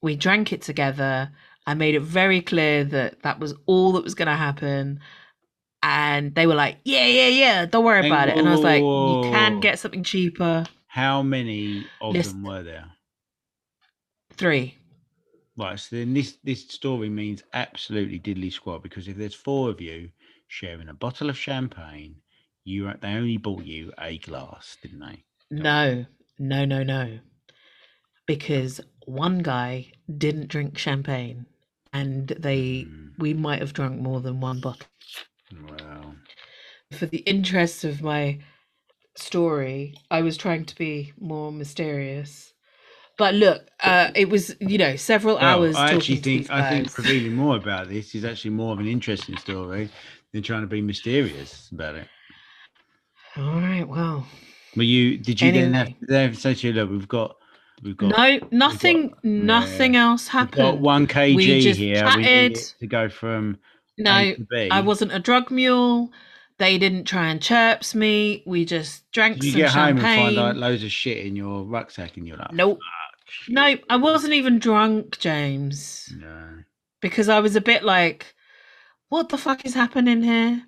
S2: We drank it together. I made it very clear that that was all that was going to happen. And they were like, "Yeah, yeah, yeah, don't worry
S3: Hang-
S2: about it." And I was like, "You
S3: Whoa.
S2: can get something cheaper."
S3: How many of
S2: List-
S3: them were there?
S2: Three.
S3: Right. So then this this story means absolutely diddly squat because if there's four of you sharing a bottle of champagne, you they only bought you a glass, didn't they?
S2: No, no, no, no. Because one guy didn't drink champagne and they
S3: Mm,
S2: we might have drunk more than one bottle.
S3: Well,
S2: For the interests of my story. I was trying to be more mysterious. But look, uh, it was you know several
S3: Well,
S2: hours.
S3: I
S2: talking
S3: actually
S2: to
S3: think
S2: these
S3: I think
S2: guys.
S3: revealing more about this is actually more of an interesting story than trying to be mysterious about it.
S2: All right. Well,
S3: Were you? Did you then have,
S2: Anyway.
S3: they have say to you, look, we've got, we've got,
S2: no, nothing, nothing else
S3: we've got
S2: happened.
S3: one kg
S2: just
S3: here. We need
S2: chatted.
S3: it to go from
S2: no,
S3: A to B.
S2: I wasn't a drug mule. They didn't try and chirps me. We just drank
S3: Did you
S2: some
S3: get home
S2: champagne.
S3: and find out ah, loads of shit in your rucksack, and you're like,
S2: nope.
S3: "Fuck,
S2: Nope. I wasn't even drunk, James,
S3: shit, no."
S2: because I was a bit like, what the fuck is happening here?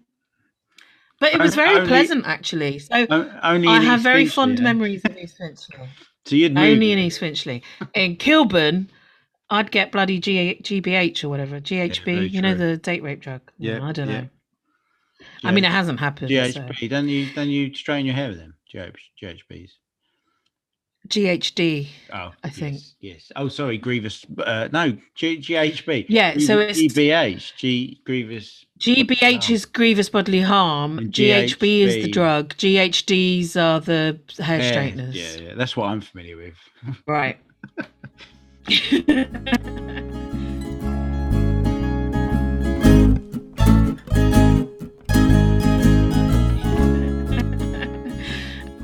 S2: But it was
S3: On-
S2: very
S3: only-
S2: pleasant, actually. So
S3: O- Only
S2: I
S3: in
S2: have
S3: East
S2: very
S3: Finchley
S2: fond
S3: then.
S2: memories of East Finchley.
S3: So you'd moved
S2: Only in
S3: there.
S2: East Finchley. In Kilburn, I'd get bloody G- GBH or whatever, GHB,
S3: very
S2: you know,
S3: true.
S2: the date rape drug. Mm,
S3: Yeah,
S2: I don't
S3: yeah.
S2: know. I mean,
S3: GH
S2: it hasn't happened. so-
S3: GHB. Don't you don't you straighten your hair with them? GH, GHBs.
S2: GHD.
S3: Oh,
S2: I think.
S3: yes, yes. Oh, sorry, grievous. uh, no, G, GHB.
S2: Yeah, so
S3: Grievous-
S2: it's-
S3: GBH. G grievous.
S2: GBH
S3: hell?
S2: is grievous bodily harm.
S3: And
S2: GHB is the
S3: GHB.
S2: drug. GHDs are the hair
S3: Yeah,
S2: straighteners.
S3: Yeah, yeah, that's what I'm familiar with.
S2: Right.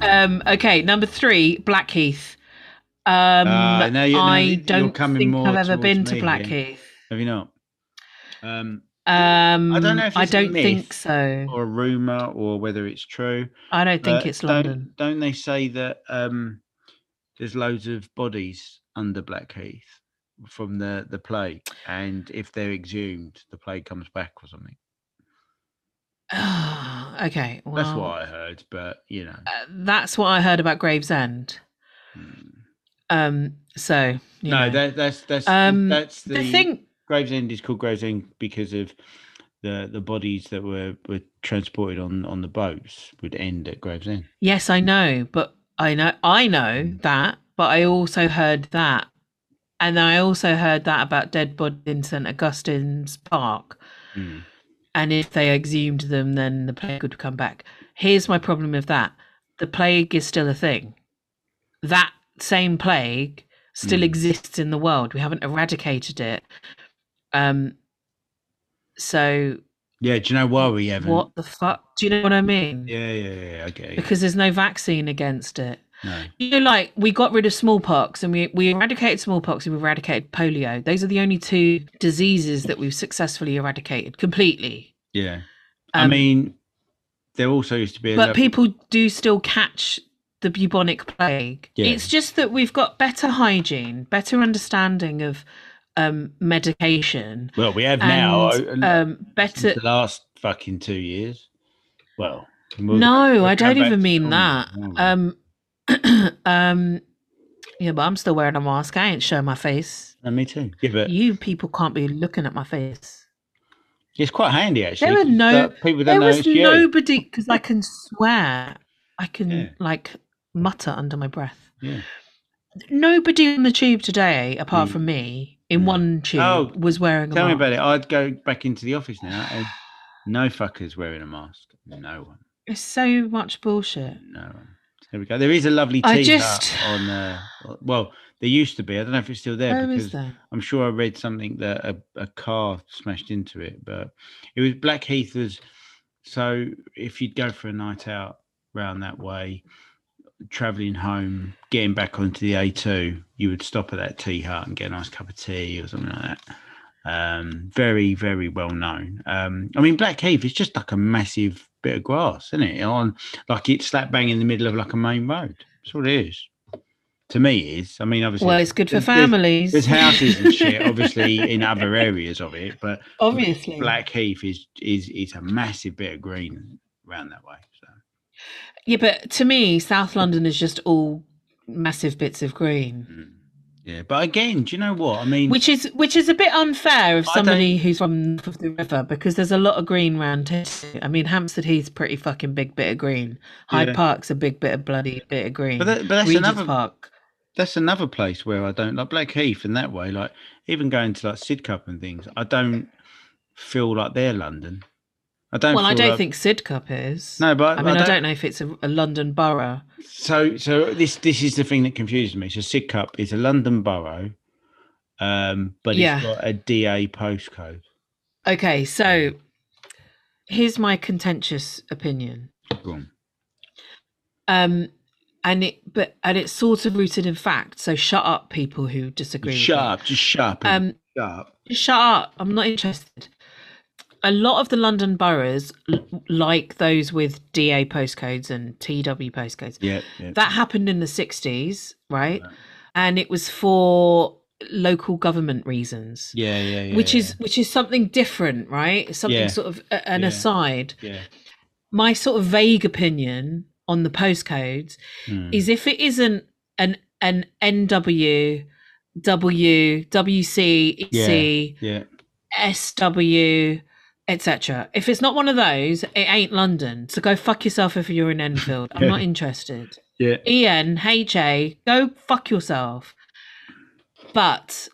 S2: um, okay, number three, Blackheath. Um,
S3: Ah, now you- now
S2: I
S3: you're
S2: don't
S3: coming
S2: think
S3: more
S2: I've ever
S3: towards
S2: been to
S3: me here.
S2: Blackheath.
S3: Have you not? Um,
S2: Um,
S3: I don't know if
S2: I
S3: it's a
S2: don't think
S3: myth
S2: so.
S3: or a rumor, or whether it's true.
S2: I don't think
S3: but
S2: it's London.
S3: Don't, don't they say that um, there's loads of bodies under Blackheath from the the plague, and if they're exhumed, the plague comes back or something?
S2: okay, well,
S3: That's what I heard, but you know.
S2: uh, that's what I heard about Gravesend.
S3: hmm.
S2: Um, so you
S3: no,
S2: know.
S3: that, that's that's
S2: Um,
S3: that's the,
S2: the, thing.
S3: Gravesend is called Gravesend because of the the bodies that were were transported on on the boats would end at Gravesend.
S2: Yes, I know, but I know I know
S3: Mm.
S2: that, but I also heard that, and I also heard that about dead bodies in St Augustine's Park,
S3: Mm.
S2: and if they exhumed them, then the plague would come back. Here's my problem with that: the plague is still a thing. That same plague still
S3: Mm.
S2: exists in the world. We haven't eradicated it. Um. So
S3: Yeah, do you know why we haven't?
S2: what the fuck? Do you know what I mean?
S3: Yeah, yeah, yeah. yeah, Okay.
S2: Because there's no vaccine against it.
S3: No.
S2: You know, like we got rid of smallpox and we, we eradicated smallpox and we eradicated polio. Those are the only two diseases that we've successfully eradicated completely.
S3: Yeah. I
S2: Um,
S3: mean, there also used to be. A
S2: but
S3: level-
S2: people do still catch the bubonic plague.
S3: Yeah.
S2: It's just that we've got better hygiene, better understanding of um, medication,
S3: Well, we have
S2: and
S3: now. o- and
S2: um,
S3: since
S2: better.
S3: the last fucking two years. Well. we'll-
S2: No,
S3: we'll
S2: I
S3: come
S2: don't
S3: back
S2: even
S3: to
S2: mean
S3: normal,
S2: that.
S3: won't we?
S2: Um, um, yeah, but I'm still wearing a mask. I ain't showing my face.
S3: No, me too. Yeah, but
S2: You people can't be looking at my face.
S3: it's quite handy actually.
S2: were
S3: 'cause
S2: no-
S3: that people don't
S2: There
S3: know
S2: was
S3: it's you.
S2: nobody because I can swear. I can
S3: Yeah.
S2: like mutter under my breath.
S3: Yeah.
S2: Nobody on the tube today, apart
S3: Mm.
S2: from me, in
S3: Mm.
S2: one tube
S3: Oh,
S2: was wearing a
S3: Tell me
S2: mask.
S3: about it. I'd go back into the office now, and no fuckers wearing a mask. No one.
S2: It's so much bullshit.
S3: No one. There we go. There is a lovely tea
S2: I
S3: hut
S2: just-
S3: on. Uh, well, there used to be. I don't know if it's still there
S2: Where
S3: because
S2: is that?
S3: I'm sure I read something that a, a car smashed into it, but it was Blackheath was so if you'd go for a night out round that way, travelling home, getting back onto the A2, you would stop at that tea hut and get a nice cup of tea or something like that. Um, very, very well known. Um, I mean, Blackheath is just like a massive bit of grass, isn't it? On like it's slap bang in the middle of like a main road. That's what it is. To me, it is. I mean, obviously,
S2: Well, it's good for
S3: there's- there's-
S2: families.
S3: there's houses and shit, obviously, in other areas of it, but
S2: Obviously.
S3: Blackheath is is is a massive bit of green around that way. So
S2: Yeah, but to me, South London is just all massive bits of green.
S3: mm. yeah, but again, do you know what I mean?
S2: Which is which is a bit unfair of
S3: I
S2: somebody who's from north of the river because there's a lot of green round here. too. I mean, Hampstead Heath's pretty fucking big bit of green. Hyde
S3: Yeah.
S2: Park's a big bit of bloody bit of green.
S3: but, that, but that's
S2: Regent's
S3: another
S2: Park.
S3: that's another place where I don't like Blackheath in that way. Like even going to like Sidcup and things, I don't feel like they're London. I don't.
S2: well, I
S3: feel
S2: don't
S3: that-
S2: think Sidcup is.
S3: No, but
S2: I mean, I don't, know if it's a, a London borough.
S3: So, so this this is the thing that confuses me. So, Sidcup is a London borough, um, but
S2: Yeah.
S3: it's got a DA postcode.
S2: Okay, so here's my contentious opinion.
S3: Go on.
S2: Um, and it, but and it's sort of rooted in fact. So shut up, people who disagree. with me.
S3: Shut up, just shut up, and
S2: Um,
S3: shut up.
S2: Shut up. I'm not interested. A lot of the London boroughs, l- like those with DA postcodes and TW postcodes,
S3: Yeah, yeah.
S2: that happened in the 60s, right?
S3: Right.
S2: And it was for local government reasons.
S3: yeah, yeah, yeah,
S2: which is which is something different, right? Something
S3: Yeah.
S2: sort of a- an
S3: Yeah.
S2: aside.
S3: yeah.
S2: My sort of vague opinion on the postcodes
S3: Hmm.
S2: is if it isn't an an NW, W, E WC, EC,
S3: yeah.
S2: SW, etc. If it's not one of those, it ain't London. So go fuck yourself if you're in Enfield. I'm not interested. E
S3: Yeah.
S2: EN, HA, go fuck yourself. But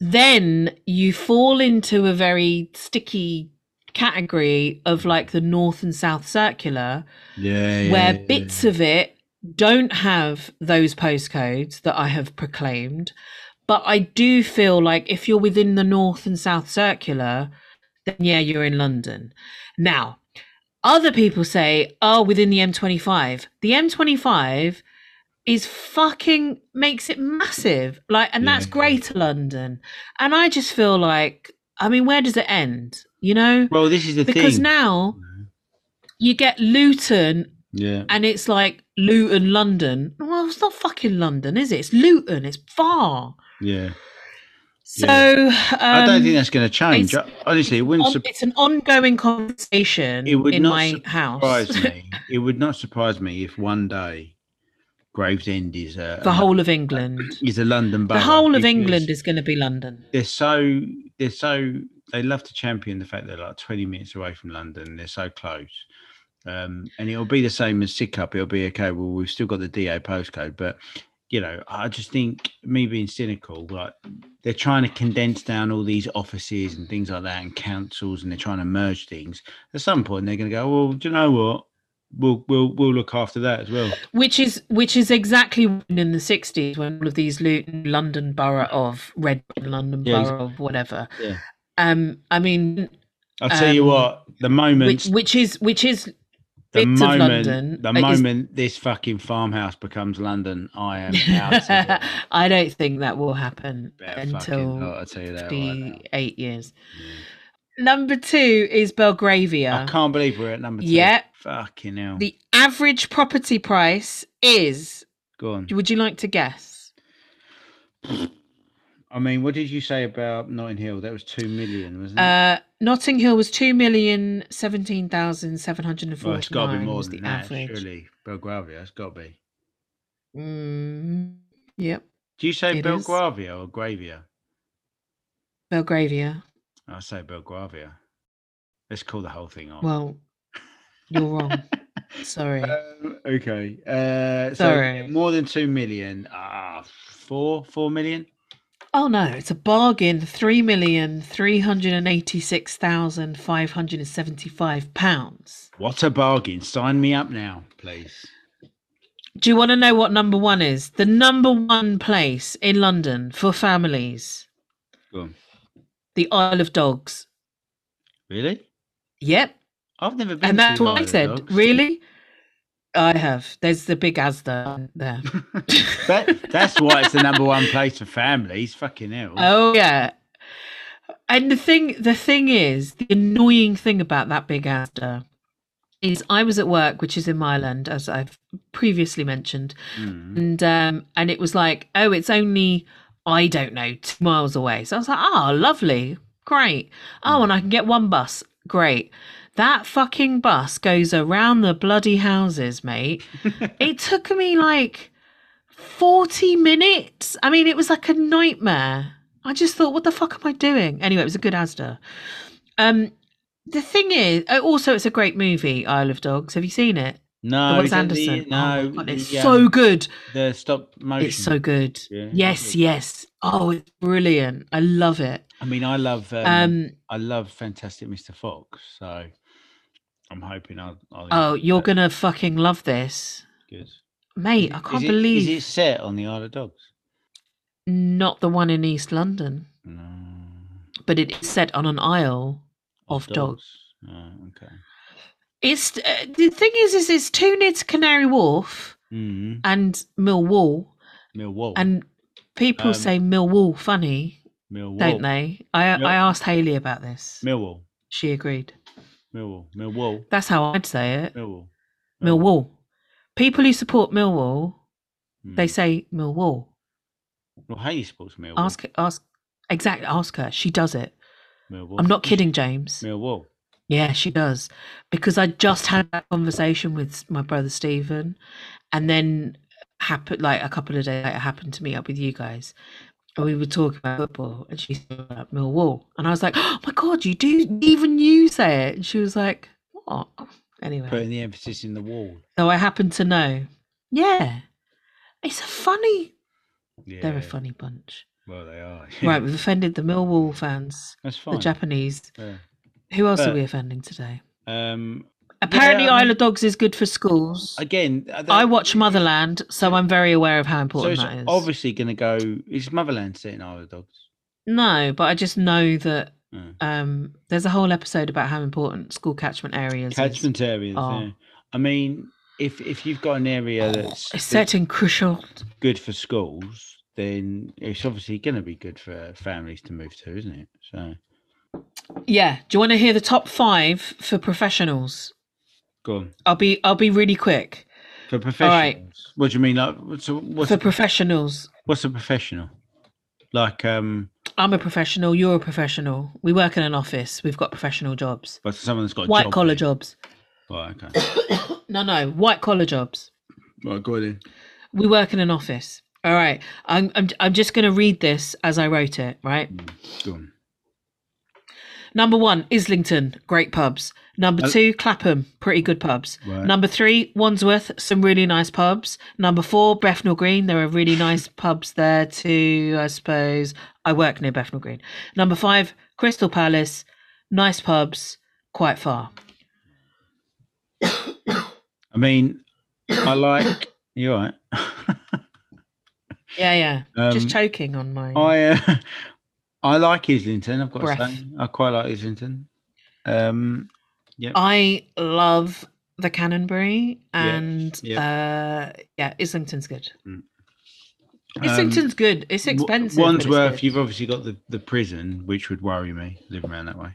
S2: then you fall into a very sticky category of like the North and South Circular,
S3: Yeah, yeah,
S2: where
S3: yeah,
S2: bits
S3: yeah.
S2: of it don't have those postcodes that I have proclaimed. But I do feel like if you're within the North and South Circular, then yeah, you're in London. Now, other people say, oh, within the M25. The M25 is fucking makes it massive. Like, and that's
S3: Yeah.
S2: Greater London. And I just feel like, I mean, where does it end? You know?
S3: Well, this is the
S2: Because
S3: thing. Mm-hmm.
S2: now you get Luton
S3: yeah,
S2: and it's like Luton, London. Well, it's not fucking London, is it? It's Luton. It's far.
S3: yeah.
S2: So um,
S3: I don't think that's going to change. Honestly, it wouldn't
S2: on- it's an ongoing conversation
S3: It would
S2: in
S3: not
S2: my house.
S3: surprise me. It would not surprise me if one day Gravesend is a
S2: the whole of England.
S3: is a London borough.
S2: The whole of
S3: because
S2: England is going to be London.
S3: They're so they're so they love to champion the fact they're like twenty minutes away from London. They're so close. Um, and it'll be the same as Sidcup. It'll be okay. Well, we've still got the DA postcode, but you know, I just think me being cynical, like they're trying to condense down all these offices and things like that, and councils, and they're trying to merge things. At some point, they're going to go, well, do you know what? We'll we'll we'll look after that as well.
S2: which is which is exactly when in the 60s when all of these Luton, London borough of Red London
S3: Yeah, ex-
S2: borough of whatever
S3: Yeah.
S2: um I mean
S3: I'll tell you
S2: Um,
S3: what. The moment
S2: which, which is which is
S3: the
S2: bits of
S3: moment,
S2: London
S3: the
S2: is-
S3: moment this fucking farmhouse becomes London, I am out. of it.
S2: I don't think that will happen
S3: Better fucking
S2: until
S3: not, I tell you that. right now.
S2: 58 years
S3: Yeah.
S2: number 2 is Belgravia
S3: I can't believe we're at number two.
S2: Yeah.
S3: Fucking hell.
S2: the average property price is
S3: Go on.
S2: would you like to guess
S3: I mean, what did you say about Notting Hill? That was two million, wasn't it?
S2: Uh, Notting Hill was two million seventeen thousand seven hundred and
S3: well, it's got to
S2: forty-nine.
S3: be more
S2: was
S3: than
S2: the
S3: that,
S2: average.
S3: surely. Belgravia, it's got to be.
S2: Mm, yep,
S3: Do you say
S2: It is.
S3: Belgravia or Gravia?
S2: Belgravia.
S3: I say Belgravia. Let's call the whole thing off.
S2: Well, you're wrong. Sorry.
S3: Um, okay. Uh, so yeah,
S2: Sorry.
S3: more than two million. Ah, four, four million.
S2: Oh no, it's a bargain. Three million three hundred and eighty-six thousand five hundred and seventy-five pounds.
S3: What a bargain! Sign me up now, please.
S2: Do you want to know what number one is? The number one place in London for families,
S3: Go on.
S2: the Isle of Dogs.
S3: Really?
S2: Yep,
S3: I've never been.
S2: And
S3: to
S2: that's
S3: the
S2: what
S3: Isle
S2: I
S3: of
S2: said.
S3: Dogs.
S2: Really? I have. There's the big Asda there.
S3: That, that's why it's the number one place for families. Fucking hell.
S2: Oh yeah. And the thing the thing is, the annoying thing about that big Asda is I was at work, which is in Ireland, as I've previously mentioned,
S3: Mm.
S2: and um and it was like, oh, it's only I don't know, two miles away. So I was like, oh, lovely, great. Oh, and I can get one bus, great. That fucking bus goes around the bloody houses, mate. it took me like 40 minutes. I mean, it was like a nightmare. I just thought, what the fuck am I doing? Anyway, it was a good Asda. Um, the thing is, oh, also, it's a great movie, Isle of Dogs. Have you seen it?
S3: No,
S2: Wes
S3: is that
S2: Anderson.
S3: The, no,
S2: oh my God, it's
S3: the,
S2: so
S3: um,
S2: good.
S3: the stop motion.
S2: It's so good.
S3: Yeah,
S2: yes,
S3: yeah.
S2: yes. Oh, it's brilliant. I love it.
S3: I mean, I love um,
S2: Um,
S3: I love Fantastic Mr. Fox, so I'm hoping I'll. I'll
S2: oh,
S3: enjoy
S2: you're
S3: that.
S2: gonna fucking love this,
S3: Good.
S2: mate.
S3: Is
S2: I
S3: it-
S2: can't
S3: is it-
S2: believe
S3: Is it set on the Isle of Dogs?
S2: not the one in East London,
S3: No.
S2: but it is set on an isle. Of
S3: Oh, okay.
S2: It's uh, the thing is, is it's too near to Canary Wharf
S3: Mm.
S2: and Millwall,
S3: Millwall.
S2: and people
S3: Um,
S2: say Millwall funny,
S3: Millwall.
S2: don't they? I
S3: Mill-
S2: I asked Haley about this.
S3: Millwall.
S2: she agreed.
S3: Millwall. Millwall.
S2: That's how I'd say it.
S3: Millwall.
S2: Millwall. People who support Millwall, they
S3: Mm.
S2: say Millwall.
S3: Well, Haley supports Millwall.
S2: Ask ask exactly ask her. She does it.
S3: Millwall.
S2: I'm not
S3: Is she-
S2: kidding, James.
S3: Millwall.
S2: Yeah, she does. Because I just had that conversation with my brother Stephen, and then happened like a couple of days later happened to meet up with you guys. And we were talking about football, and she said about Millwall, and I was like, "Oh my god, you do even you say it?" And she was like, "What?" Anyway,
S3: Putting the emphasis in the wall.
S2: so I happen to know. Yeah, it's a funny.
S3: Yeah.
S2: They're a funny bunch.
S3: Well, they are.
S2: Right, we've offended the Millwall fans,
S3: That's fine.
S2: the Japanese.
S3: Yeah.
S2: Who else are
S3: But-
S2: we offending today?
S3: Um,
S2: Apparently,
S3: I mean-
S2: Isle of Dogs is good for schools. I,
S3: again, uh, that-
S2: watch Motherland, so I'm very aware of how
S3: So
S2: important
S3: it's
S2: that is.
S3: obviously going to go. Is Motherland set in Isle of Dogs?
S2: No, but I just know that
S3: Oh.
S2: um, there's a whole episode about how important school catchment areas is.
S3: Catchment areas.
S2: Oh.
S3: Yeah. I mean, if if you've got an area that's,
S2: It's
S3: that's
S2: set in crucial.
S3: good for schools, then it's obviously going to be good for families to move to, isn't it? So
S2: Yeah. Do you want to hear the top five for professionals?
S3: go on
S2: I'll be I'll be really quick.
S3: for professionals. What do you mean? Like, what's a, what's
S2: for
S3: a,
S2: professionals,
S3: what's a professional? Like, um,
S2: I'm a professional. You're a professional. We work in an office. We've got professional jobs,
S3: but someone that's got a
S2: white
S3: job
S2: collar
S3: there.
S2: jobs.
S3: Right, okay.
S2: No, no, white collar jobs.
S3: right, go on then.
S2: We work in an office. All right. I'm I'm I'm just going to read this as I wrote it, right?
S3: Go on.
S2: Number 1, Islington, great pubs. Number
S3: Uh,
S2: 2, Clapham, pretty good pubs.
S3: Right.
S2: Number 3, Wandsworth, some really nice pubs. Number 4, Bethnal Green, there are really nice pubs there too, I suppose. I work near Bethnal Green. Number 5, Crystal Palace, nice pubs, quite far.
S3: I mean, I like you. All right.
S2: Yeah, yeah. just
S3: Um,
S2: choking on my
S3: I uh, I like Islington. I've got
S2: Breath.
S3: to say, I quite like Islington. Um,
S2: I love the Cannonbury
S3: Yeah,
S2: and uh yeah, Islington's good.
S3: um,
S2: Islington's good. It's
S3: W-
S2: expensive. but it's
S3: Um, Wandsworth,
S2: good.
S3: you've obviously got the, the prison, which would worry me living around that way.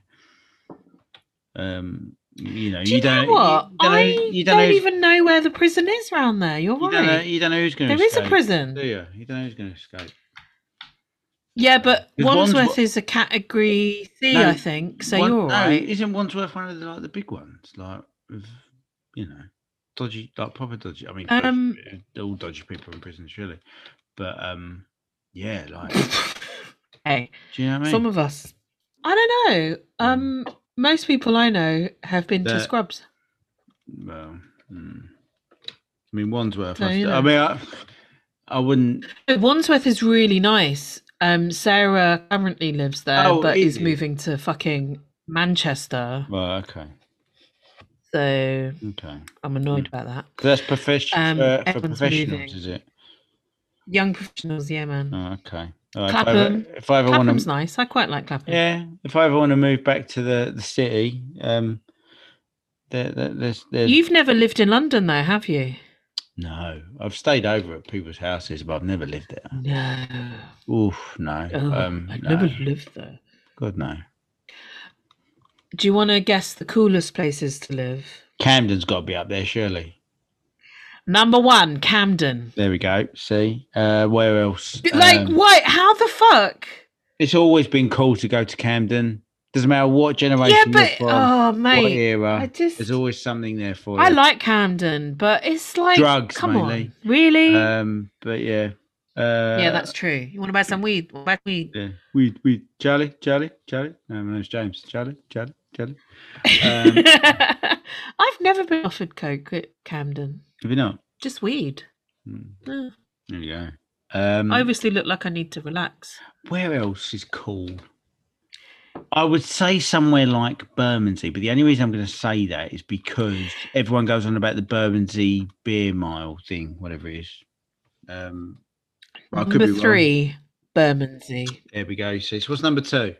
S3: Um, you know,
S2: Do you,
S3: don't.
S2: know what?
S3: You don't, know-
S2: I
S3: you
S2: don't,
S3: don't, know who's-
S2: even know where the prison is round there. You're
S3: You
S2: right.
S3: don't, know, you don't know who's going to.
S2: there is a
S3: escape,
S2: prison.
S3: Do you? You don't know who's going to escape.
S2: Yeah, but
S3: Is
S2: Wandsworth
S3: Wandsworth-
S2: is a category C,
S3: No,
S2: I think. So
S3: Wan-
S2: you're all
S3: no,
S2: right.
S3: Isn't Wandsworth one of the like the big ones? Like, with, you know, dodgy, like proper dodgy. I mean, dodgy-
S2: Um,
S3: uh, all dodgy people in prison, surely. But um, yeah, like,
S2: hey,
S3: do you know what I mean?
S2: some of us. I don't know. Um, most people I know have been to
S3: That-
S2: Scrubs.
S3: Well, mm. I mean, Wandsworth.
S2: No,
S3: I,
S2: you
S3: st-
S2: know.
S3: I mean, I, I wouldn't.
S2: But Wandsworth is really nice. Um, Sarah currently lives there,
S3: Oh,
S2: but is
S3: is it?
S2: moving to fucking Manchester.
S3: Well, okay,
S2: So
S3: okay.
S2: I'm annoyed about that.
S3: So that's professional
S2: Um,
S3: for, for
S2: everyone's
S3: professionals,
S2: moving.
S3: is it?
S2: Young professionals, yeah, man.
S3: Oh, okay. All right,
S2: Clapham.
S3: If I ever, if I ever want
S2: Clapham's
S3: to,
S2: nice. I quite like Clapham.
S3: yeah, if I ever want to move back to the the city, um, there, there, there's, there's
S2: You've never lived in London, though, have you?
S3: No, I've stayed over at people's houses, but I've never lived there.
S2: No.
S3: Oof, no.
S2: Oh,
S3: um,
S2: I'd
S3: no.
S2: never lived there.
S3: God, no.
S2: Do you want to guess the coolest places to live?
S3: Camden's got to be up there, surely.
S2: Number one, Camden.
S3: There we go. See, uh, where else?
S2: But, Like,
S3: Um,
S2: what? How the fuck?
S3: it's always been cool to go to Camden. Doesn't matter what generation
S2: Yeah,
S3: you're
S2: but
S3: from,
S2: oh,
S3: what
S2: mate,
S3: era.
S2: I just
S3: There's always something there for you.
S2: I like Camden, but it's like
S3: Drugs,
S2: Come
S3: mainly.
S2: on, really?
S3: Um, but yeah. Uh,
S2: yeah, that's true. You want to buy some weed? Buy weed.
S3: yeah. We we Charlie Charlie Charlie. No, my name's James. Charlie Charlie. Jelly? Um,
S2: I've never been offered coke at Camden.
S3: have you not?
S2: Just weed.
S3: Hmm,
S2: Uh,
S3: There you go. Um,
S2: I obviously look like I need to relax.
S3: where else is cool? I would say somewhere like Bermondsey, but the only reason I'm going to say that is because everyone goes on about the Bermondsey beer mile thing, whatever it is. Um, but I could
S2: Number
S3: be wrong.
S2: three, Bermondsey.
S3: There we go. So it's what's number two?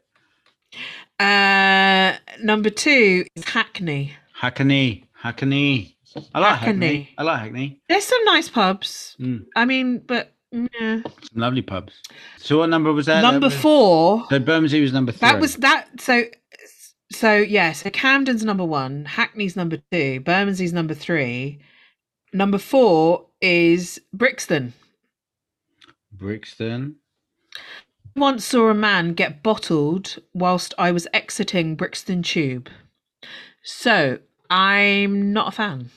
S2: Uh, number two is Hackney.
S3: Hackney. Hackney. I like Hackney.
S2: Hackney.
S3: I like Hackney.
S2: There's some nice pubs.
S3: Mm.
S2: I mean, but yeah.
S3: Some lovely pubs. So what number was that? That
S2: number
S3: was-
S2: four.
S3: So Bermondsey was number three.
S2: That was that. So, so yeah. So Camden's number one, Hackney's number two, Bermondsey's number three. Number four is Brixton.
S3: Brixton.
S2: Once saw a man get bottled whilst I was exiting Brixton Tube. So I'm not a fan.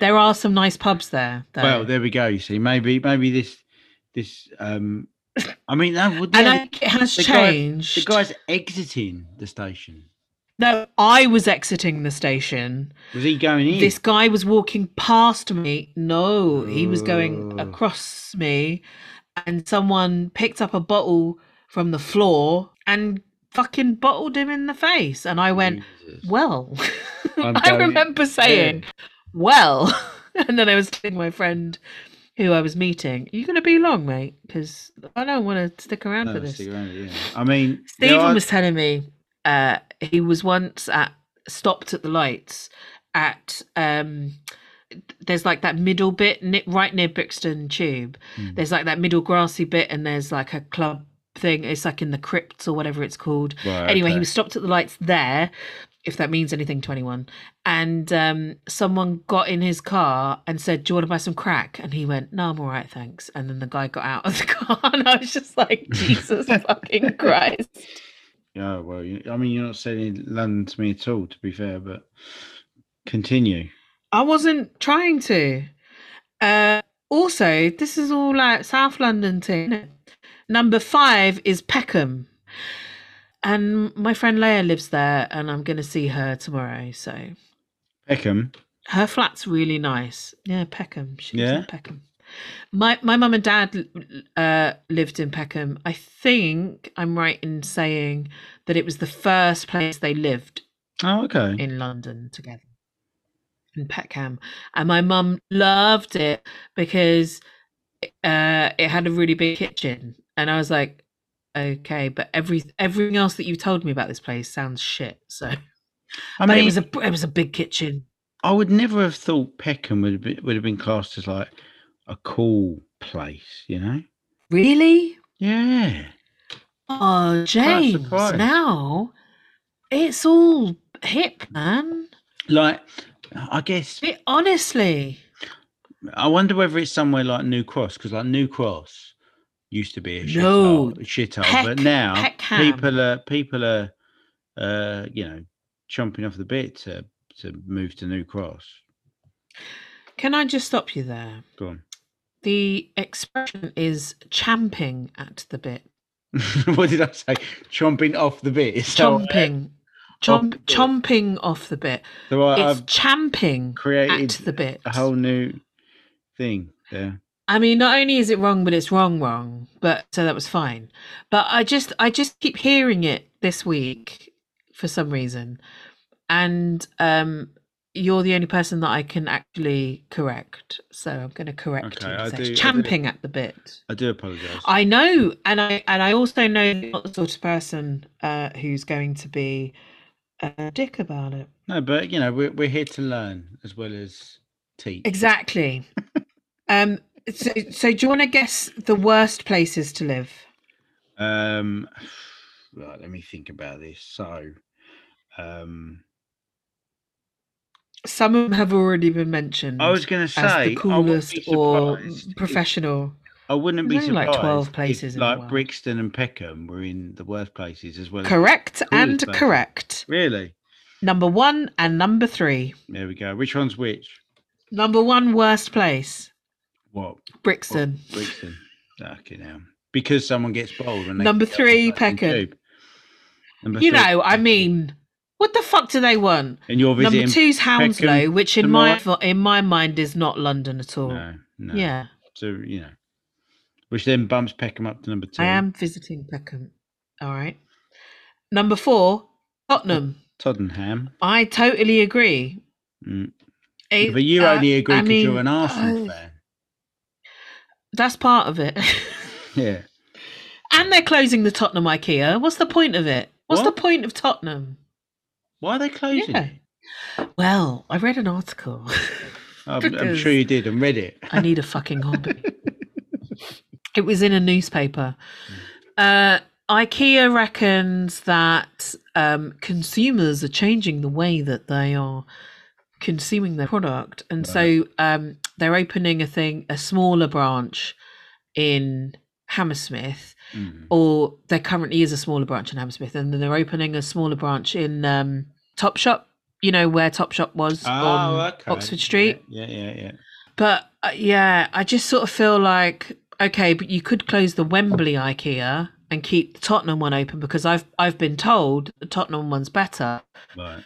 S2: There are some nice pubs there. Though.
S3: Well, there we go. You see, maybe maybe this this um I mean that would
S2: and I
S3: yeah,
S2: think it has
S3: the guy- the
S2: changed.
S3: the guy's exiting the station.
S2: no, I was exiting the station.
S3: Was he going in?
S2: This guy was walking past me. No, he was going
S3: Oh.
S2: across me, and someone picked up a bottle from the floor and fucking bottled him in the face. And I went,
S3: Jesus.
S2: Well,
S3: I'm
S2: I
S3: going-
S2: remember saying, Well, and then I was telling my friend who I was meeting, Are you going to be long, mate? Because I don't want to stick around
S3: No,
S2: for
S3: let's
S2: this.
S3: stick around, yeah. I mean, there
S2: Stephen
S3: are-
S2: was telling me uh, he was once at stopped at the lights at um, there's like that middle bit ni- right near Brixton Tube.
S3: Hmm.
S2: There's like that middle grassy bit, and there's like a club thing. It's like in the crypts or whatever it's called.
S3: Right,
S2: Anyway, he
S3: okay.
S2: was stopped at the lights there, if that means anything to anyone. And um, someone got in his car and said, "Do you want to buy some crack?" And he went, "No, I'm all right, thanks." And then the guy got out of the car, and I was just like, "Jesus fucking Christ!"
S3: Yeah, well, you, I mean, you're not selling London to me at all, to be fair, but continue.
S2: I wasn't trying to. Uh, also, this is all like South London too. isn't it? Number five is Peckham, and my friend Leia lives there, and I'm going to see her tomorrow. So
S3: Peckham.
S2: her flat's really nice. Yeah, Peckham. She lives
S3: Yeah?
S2: in Peckham. My my mum and dad uh, lived in Peckham. I think I'm right in saying that it was the first place they lived
S3: Oh, okay.
S2: in London together in Peckham, and my mum loved it because uh, it had a really big kitchen, and I was like, okay, but every everything else that you've told me about this place sounds shit. So,
S3: I
S2: but
S3: mean,
S2: it was a it was a big kitchen.
S3: I would never have thought Peckham would have been, would have been classed as like a cool place, you know?
S2: Really?
S3: Yeah.
S2: Oh, James,
S3: surprised.
S2: now it's all hip, man.
S3: Like, I guess
S2: It, honestly,
S3: I wonder whether it's somewhere like New Cross because like New Cross used to be a
S2: No,
S3: shithole, shithole
S2: Peck-
S3: but now
S2: Peckham.
S3: people are people are uh, you know chomping off the bit to to move to New Cross.
S2: can I just stop you there?
S3: Go on.
S2: The expression is champing at the bit.
S3: what did I say? Chomping off the bit. So, uh,
S2: chomping.
S3: off
S2: Chomp,
S3: the bit.
S2: chomping off the bit.
S3: so I,
S2: It's
S3: have
S2: champing
S3: created
S2: at the bit.
S3: a whole new thing there.
S2: I mean, not only is it wrong, but it's wrong, wrong. But so that was fine. But I just, I just keep hearing it this week for some reason, and um, you're the only person that I can actually correct. So I'm going to correct
S3: Okay,
S2: you.
S3: I
S2: So
S3: do- I do.
S2: it's champing at the bit.
S3: I do apologise.
S2: I know, and I and I also know you're not the sort of person uh, who's going to be a dick about it.
S3: No, but you know we're we're here to learn as well as teach.
S2: Exactly. um. So, so do you want to guess the worst places to live?
S3: Um, right, let me think about this. So, um,
S2: Some of them have already been mentioned.
S3: I was going to
S2: Mm, as
S3: say
S2: the coolest
S3: I wouldn't be
S2: or
S3: surprised if-
S2: professional.
S3: I wouldn't be
S2: There's only,
S3: surprised.
S2: like, 12
S3: if,
S2: places in the
S3: like
S2: world.
S3: Brixton and Peckham were in the worst places as well. as-
S2: Correct
S3: coolest
S2: and
S3: places.
S2: correct.
S3: Really?
S2: Number one and number three.
S3: There we go. Which one's which?
S2: Number one worst place,
S3: What?
S2: Brixton.
S3: Brixton. Okay, now because someone gets bold and they
S2: Number
S3: pick up the
S2: three,
S3: fucking
S2: Peckham.
S3: tube. Number
S2: You
S3: three,
S2: know, I
S3: Peckham.
S2: mean, What the fuck do they want?
S3: And you're visiting.
S2: Number two's Hounslow,
S3: Peckham
S2: which in
S3: tomorrow?
S2: my in my mind is not London at all.
S3: No, no.
S2: Yeah,
S3: So you know, which then bumps Peckham up to number two.
S2: I am visiting Peckham. All right. Number four,
S3: Mm.
S2: Tottenham.
S3: Tottenham.
S2: I totally agree.
S3: Mm.
S2: It-
S3: but you
S2: uh,
S3: only agree
S2: I
S3: because
S2: mean,
S3: you're an Arsenal
S2: oh,
S3: fan.
S2: That's part of it.
S3: Yeah.
S2: and they're closing the Tottenham IKEA. What's the point of it? What's
S3: What?
S2: the point of Tottenham?
S3: Why are they closing?
S2: Yeah.
S3: it?
S2: Well, I read an article.
S3: I'm, I'm
S2: Because-
S3: sure you did and read it.
S2: I need a fucking hobby. it was in a newspaper. Uh, IKEA reckons that um, consumers are changing the way that they are consuming their product, and so um, they're opening a thing, a smaller branch in Hammersmith,
S3: Mm.
S2: or there currently is a smaller branch in Hammersmith, and then they're opening a smaller branch in um, Topshop. You know where Topshop was on
S3: Oh, okay.
S2: Oxford Street.
S3: Yeah, yeah, yeah.
S2: But uh, yeah, I just sort of feel like okay, but you could close the Wembley IKEA and keep the Tottenham one open because I've I've been told the Tottenham one's better.
S3: yeah. Right.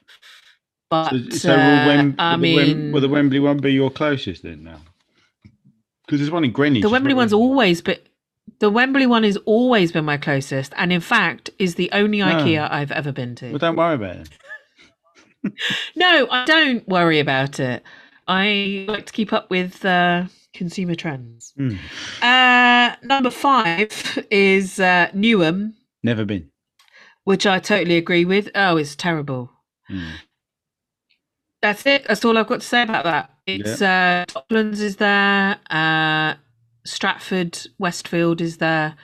S2: But
S3: So, so
S2: uh,
S3: will, Wem-
S2: I
S3: will the Wem-
S2: mean,
S3: will the Wembley one be your closest then now? Because there's one in Greenwich.
S2: the
S3: as
S2: Wembley
S3: well,
S2: one's
S3: isn't there?
S2: always been the Wembley one has always been my closest, and in fact is the only
S3: No.
S2: IKEA I've ever been to.
S3: Well, don't worry about it.
S2: No, I don't worry about it. I like to keep up with uh, consumer trends.
S3: Mm.
S2: Uh, number five is uh, Newham.
S3: Never been.
S2: which I totally agree with. Oh, it's terrible.
S3: Mm.
S2: That's it. That's all I've got to say about that. It's uh, Toplands is there. Uh, Stratford Westfield is there.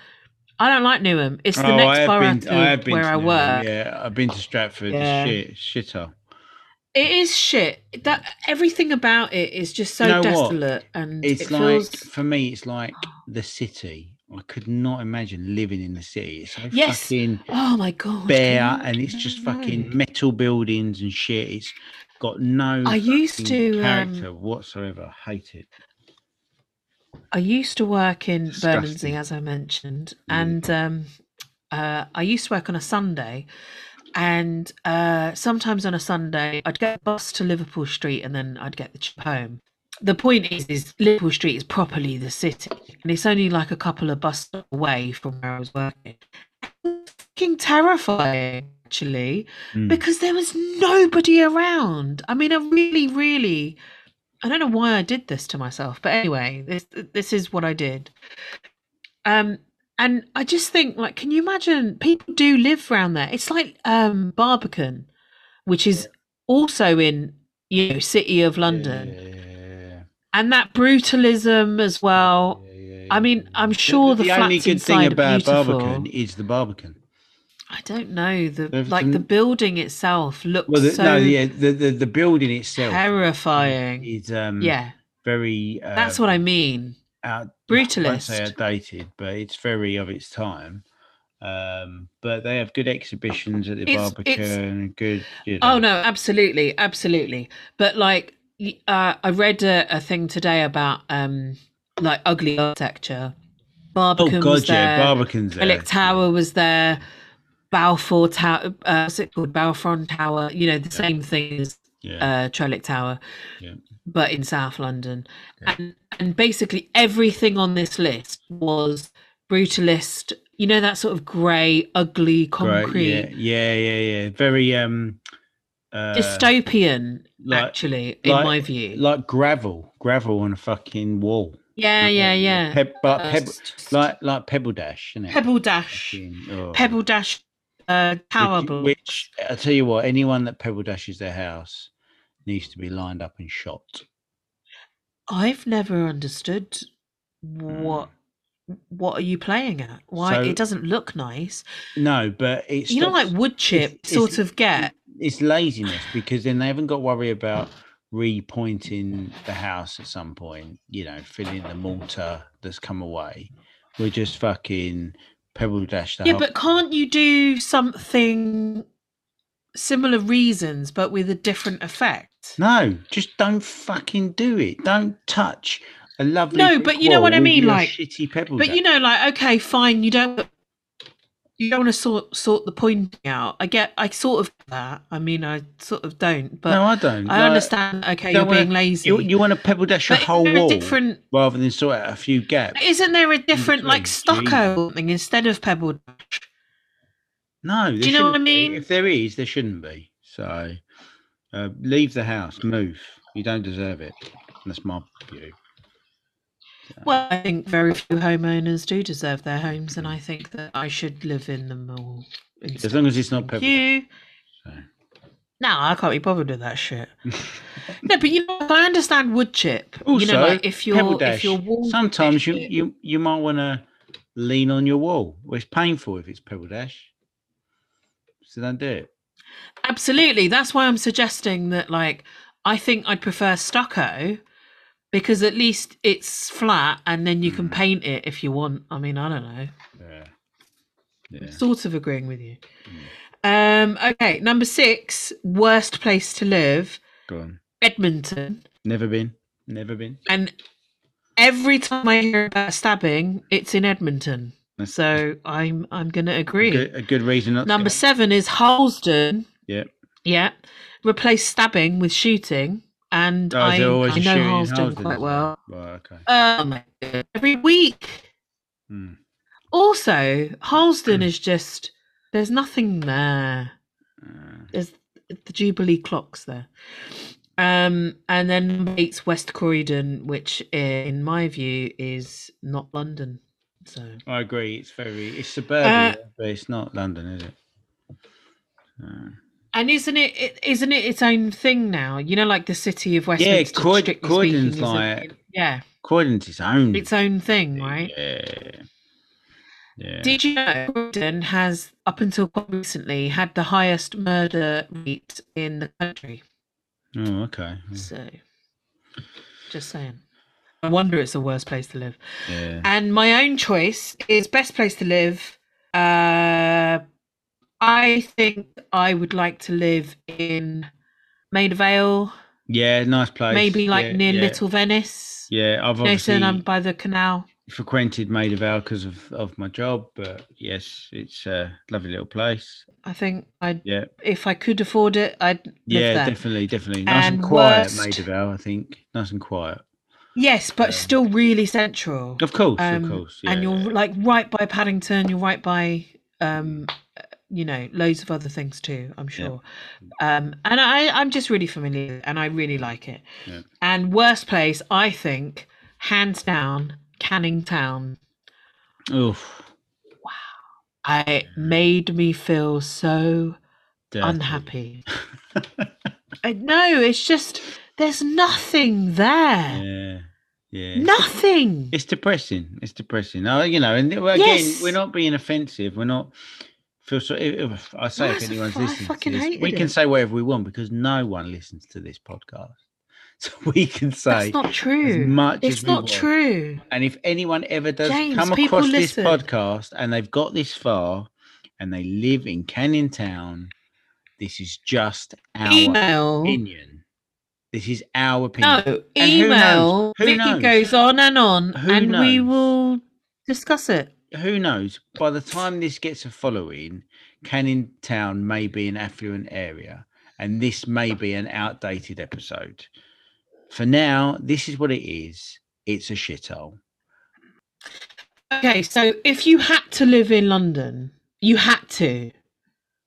S2: I don't like Newham. It's the
S3: Oh, I
S2: next
S3: have
S2: borough
S3: been- I have
S2: to
S3: been
S2: where
S3: to
S2: I
S3: Newham,
S2: work.
S3: Yeah, I've been to Stratford.
S2: Yeah.
S3: Shit, shithole.
S2: It is shit. That everything about it is just so
S3: You know what?
S2: desolate, and
S3: It's
S2: it
S3: like
S2: feels.
S3: for me, it's like the city. I could not imagine living in the city. It's so
S2: Yes.
S3: fucking
S2: Oh my god!
S3: bare,
S2: can you-
S3: and it's just
S2: no.
S3: fucking metal buildings and shit. It's got no.
S2: I used
S3: fucking
S2: to, um,
S3: character whatsoever. Hate it.
S2: I used to work in
S3: Disgusting.
S2: Bermondsey, as I mentioned,
S3: Mm.
S2: and um, uh, I used to work on a Sunday. And uh, sometimes on a Sunday, I'd get a bus to Liverpool Street, and then I'd get the tube home. The point is, is Liverpool Street is properly the city, and it's only like a couple of bus stops away from where I was working. Fucking terrifying, actually
S3: Mm.
S2: because there was nobody around. I mean, I really, really, I don't know why I did this to myself, but anyway, this this is what I did. Um, and I just think, like, can you imagine? People do live around there. It's like um Barbican, which is also in you know city of London,
S3: Yeah, yeah, yeah, yeah.
S2: and that brutalism as well.
S3: Yeah, yeah,
S2: I
S3: yeah,
S2: mean,
S3: yeah,
S2: I'm
S3: yeah.
S2: sure the
S3: only
S2: flats
S3: good thing
S2: inside are
S3: about Barbican
S2: beautiful.
S3: is the Barbican.
S2: I don't know the
S3: There's
S2: like the
S3: some-
S2: building itself looks
S3: Well, the,
S2: so
S3: no, yeah, the, the the building itself
S2: terrifying.
S3: is um
S2: yeah.
S3: very uh,
S2: That's what I mean.
S3: out, I won't say
S2: Brutalist.
S3: outdated, but it's very of its time. Um, but they have good exhibitions at the
S2: It's- it's-
S3: Barbican. and good. You know,
S2: Oh no, absolutely, absolutely. But like, y- uh, I read a, a thing today about um, like ugly architecture. Barbican
S3: Oh
S2: was
S3: god, yeah,
S2: there.
S3: Barbican's there.
S2: Relic Tower was there. Balfour Tower. Uh, what's it called? Balfron Tower. You know the same thing as
S3: Yeah,
S2: uh, Trellick Tower,
S3: Yeah.
S2: but in South London.
S3: Yeah.
S2: And, and basically everything on this list was brutalist, you know, that sort of grey, ugly,
S3: Great,
S2: concrete,
S3: Yeah, yeah, yeah, yeah. Very um, uh,
S2: dystopian,
S3: like-
S2: actually,
S3: like-
S2: in my view.
S3: like gravel, gravel on a fucking wall.
S2: yeah, yeah, yeah.
S3: Peb- but
S2: Uh,
S3: peb-
S2: it's just
S3: like like Pebble Dash, isn't it?
S2: Pebble Dash,
S3: Fucking- oh.
S2: Pebble Dash uh, Tower
S3: which,
S2: Block.
S3: which I tell you what, anyone that Pebble Dashes their house needs to be lined up and shot.
S2: I've never understood what. What are you playing at? Why
S3: Mm. So-
S2: it doesn't look nice?
S3: No, but it's
S2: You know, like wood chip,
S3: it's-
S2: sort of get.
S3: it's laziness because then they haven't got to worry about repointing the house at some point. You know, filling the mortar that's come away. We're just fucking Pebble Dash the
S2: Yeah,
S3: whole-
S2: but can't you do something similar reasons but with a different effect?
S3: No, just don't fucking do it. Don't touch a lovely.
S2: No,
S3: brick
S2: but you know what I
S3: wall with
S2: mean,
S3: your
S2: like-
S3: shitty pebble.
S2: But you know, like, okay, fine, you don't you don't want to sort sort the pointing out. I get, I sort of get that. I mean, I sort of don't, but
S3: no, I don't.
S2: I
S3: Like,
S2: understand. Okay,
S3: you
S2: you're
S3: don't wanna-
S2: being lazy.
S3: You, you want to pebble dash a
S2: but
S3: whole
S2: isn't there a
S3: wall
S2: different?
S3: rather than sort out a few gaps.
S2: Isn't there a different like
S3: between,
S2: stucco
S3: Jesus.
S2: or something instead of pebble? dash?
S3: No, there
S2: you know what I
S3: shouldn't be.
S2: mean?
S3: If there is, there shouldn't be. So uh, leave the house, move. You don't deserve it. That's my view.
S2: Well, I think very few homeowners do deserve their homes, and I think that I should live in them all.
S3: As
S2: instead.
S3: long as it's not
S2: Thank
S3: pebble.
S2: you.
S3: Sorry.
S2: No, I can't be bothered with that shit. no, but you know, I understand wood chip. you know,
S3: Also,
S2: like if
S3: Pebble
S2: you're if
S3: dash.
S2: your wall
S3: Sometimes you, you you might want to lean on your wall. Well, it's painful if it's pebble dash. So don't do it.
S2: absolutely. That's why I'm suggesting that. Like, I think I'd prefer stucco because at least it's flat, and then you can
S3: Mm.
S2: paint it if you want. I mean, I don't know.
S3: Yeah. Yeah. Mm.
S2: Sort of agreeing with you. Um, okay, number six, worst place to live,
S3: Go on.
S2: Edmonton.
S3: Never been. Never been.
S2: And every time I hear about a stabbing, it's in Edmonton.
S3: That's-
S2: So I'm I'm gonna
S3: A
S2: agree.
S3: good, a good reason not
S2: Number
S3: to. go.
S2: seven is Halsden.
S3: Yep.
S2: Yeah. Replace stabbing with shooting. And
S3: Oh, is
S2: I,
S3: there
S2: I
S3: always a shooting in
S2: know
S3: Halsden,
S2: Halsden
S3: is
S2: quite
S3: there?
S2: well.
S3: Right. Okay.
S2: Oh my God. Every week.
S3: Mm.
S2: Also,
S3: Hmm.
S2: Halsden is just, there's nothing there.
S3: Uh,
S2: There's the Jubilee clocks there. Um, and then number eight's West Croydon, which in my view is not London. So
S3: I agree. It's very. It's
S2: Uh,
S3: suburbia, but it's not London, is it? Uh,
S2: And isn't it, it isn't it its own thing now? You know, like the city of Westminster.
S3: Croyd-
S2: strictly
S3: Croydon's
S2: speaking, is a-
S3: like-
S2: yeah,
S3: Croydon's its own.
S2: its own thing,
S3: thing,
S2: right?
S3: Yeah. Yeah.
S2: Did you know Croydon has, up until quite recently, had the highest murder rate in the country?
S3: oh, okay.
S2: So, just saying. I wonder it's the worst place to live.
S3: Yeah.
S2: And my own choice is best place to live. Uh, I think I would like to live in Maida Vale.
S3: Yeah. Nice place.
S2: maybe like
S3: yeah,
S2: near
S3: yeah.
S2: Little um, Venice.
S3: Yeah, I've
S2: No,
S3: obviously
S2: so I'm by the canal.
S3: frequented Maid of Vale because of, of my job, but yes, it's a lovely little place.
S2: I think I,
S3: Yeah,
S2: if I could afford it, I'd live
S3: yeah,
S2: there.
S3: definitely, definitely nice and,
S2: And
S3: quiet.
S2: worst-
S3: Maid of Vale, I think, nice and quiet.
S2: Yes, but
S3: Um,
S2: still really central.
S3: Of course,
S2: Um,
S3: of course. Yeah,
S2: and you're
S3: yeah.
S2: like right by Paddington. You're right by, um, uh, you know, loads of other things too. I'm sure. Um, and I, I'm just really familiar, and I really like it.
S3: Yeah.
S2: And worst place, I think, hands down, Canning Town.
S3: Oof,
S2: I made me feel so
S3: dirty.
S2: unhappy. I know it's just there's nothing there.
S3: Yeah, yeah.
S2: Nothing.
S3: It's depressing. It's depressing. Oh, you know, and well, again, we're
S2: Yes.
S3: not being offensive. We're not feel so. If, if- I say
S2: No,
S3: if
S2: it's a
S3: anyone's
S2: fu- I
S3: listening, to
S2: fucking
S3: this,
S2: hated
S3: we can
S2: it.
S3: say whatever we want because no one listens to this podcast, so we can say
S2: That's not
S3: as
S2: true.
S3: much as
S2: It's
S3: we
S2: not
S3: want.
S2: true.
S3: And if anyone ever does
S2: James,
S3: come
S2: people
S3: across this
S2: listen.
S3: podcast and they've got this far and they live in Canning Town, this is just our
S2: Email.
S3: opinion. This is our opinion.
S2: No,
S3: And who knows?
S2: email.
S3: Who
S2: Vicky
S3: knows?
S2: goes on and on,
S3: Who
S2: and we
S3: knows?
S2: will discuss it.
S3: Who knows? By the time this gets a following, Canning Town may be an affluent area and this may be an outdated episode. For now, this is what it is. It's a shithole.
S2: Okay, so if you had to live in London, you had to,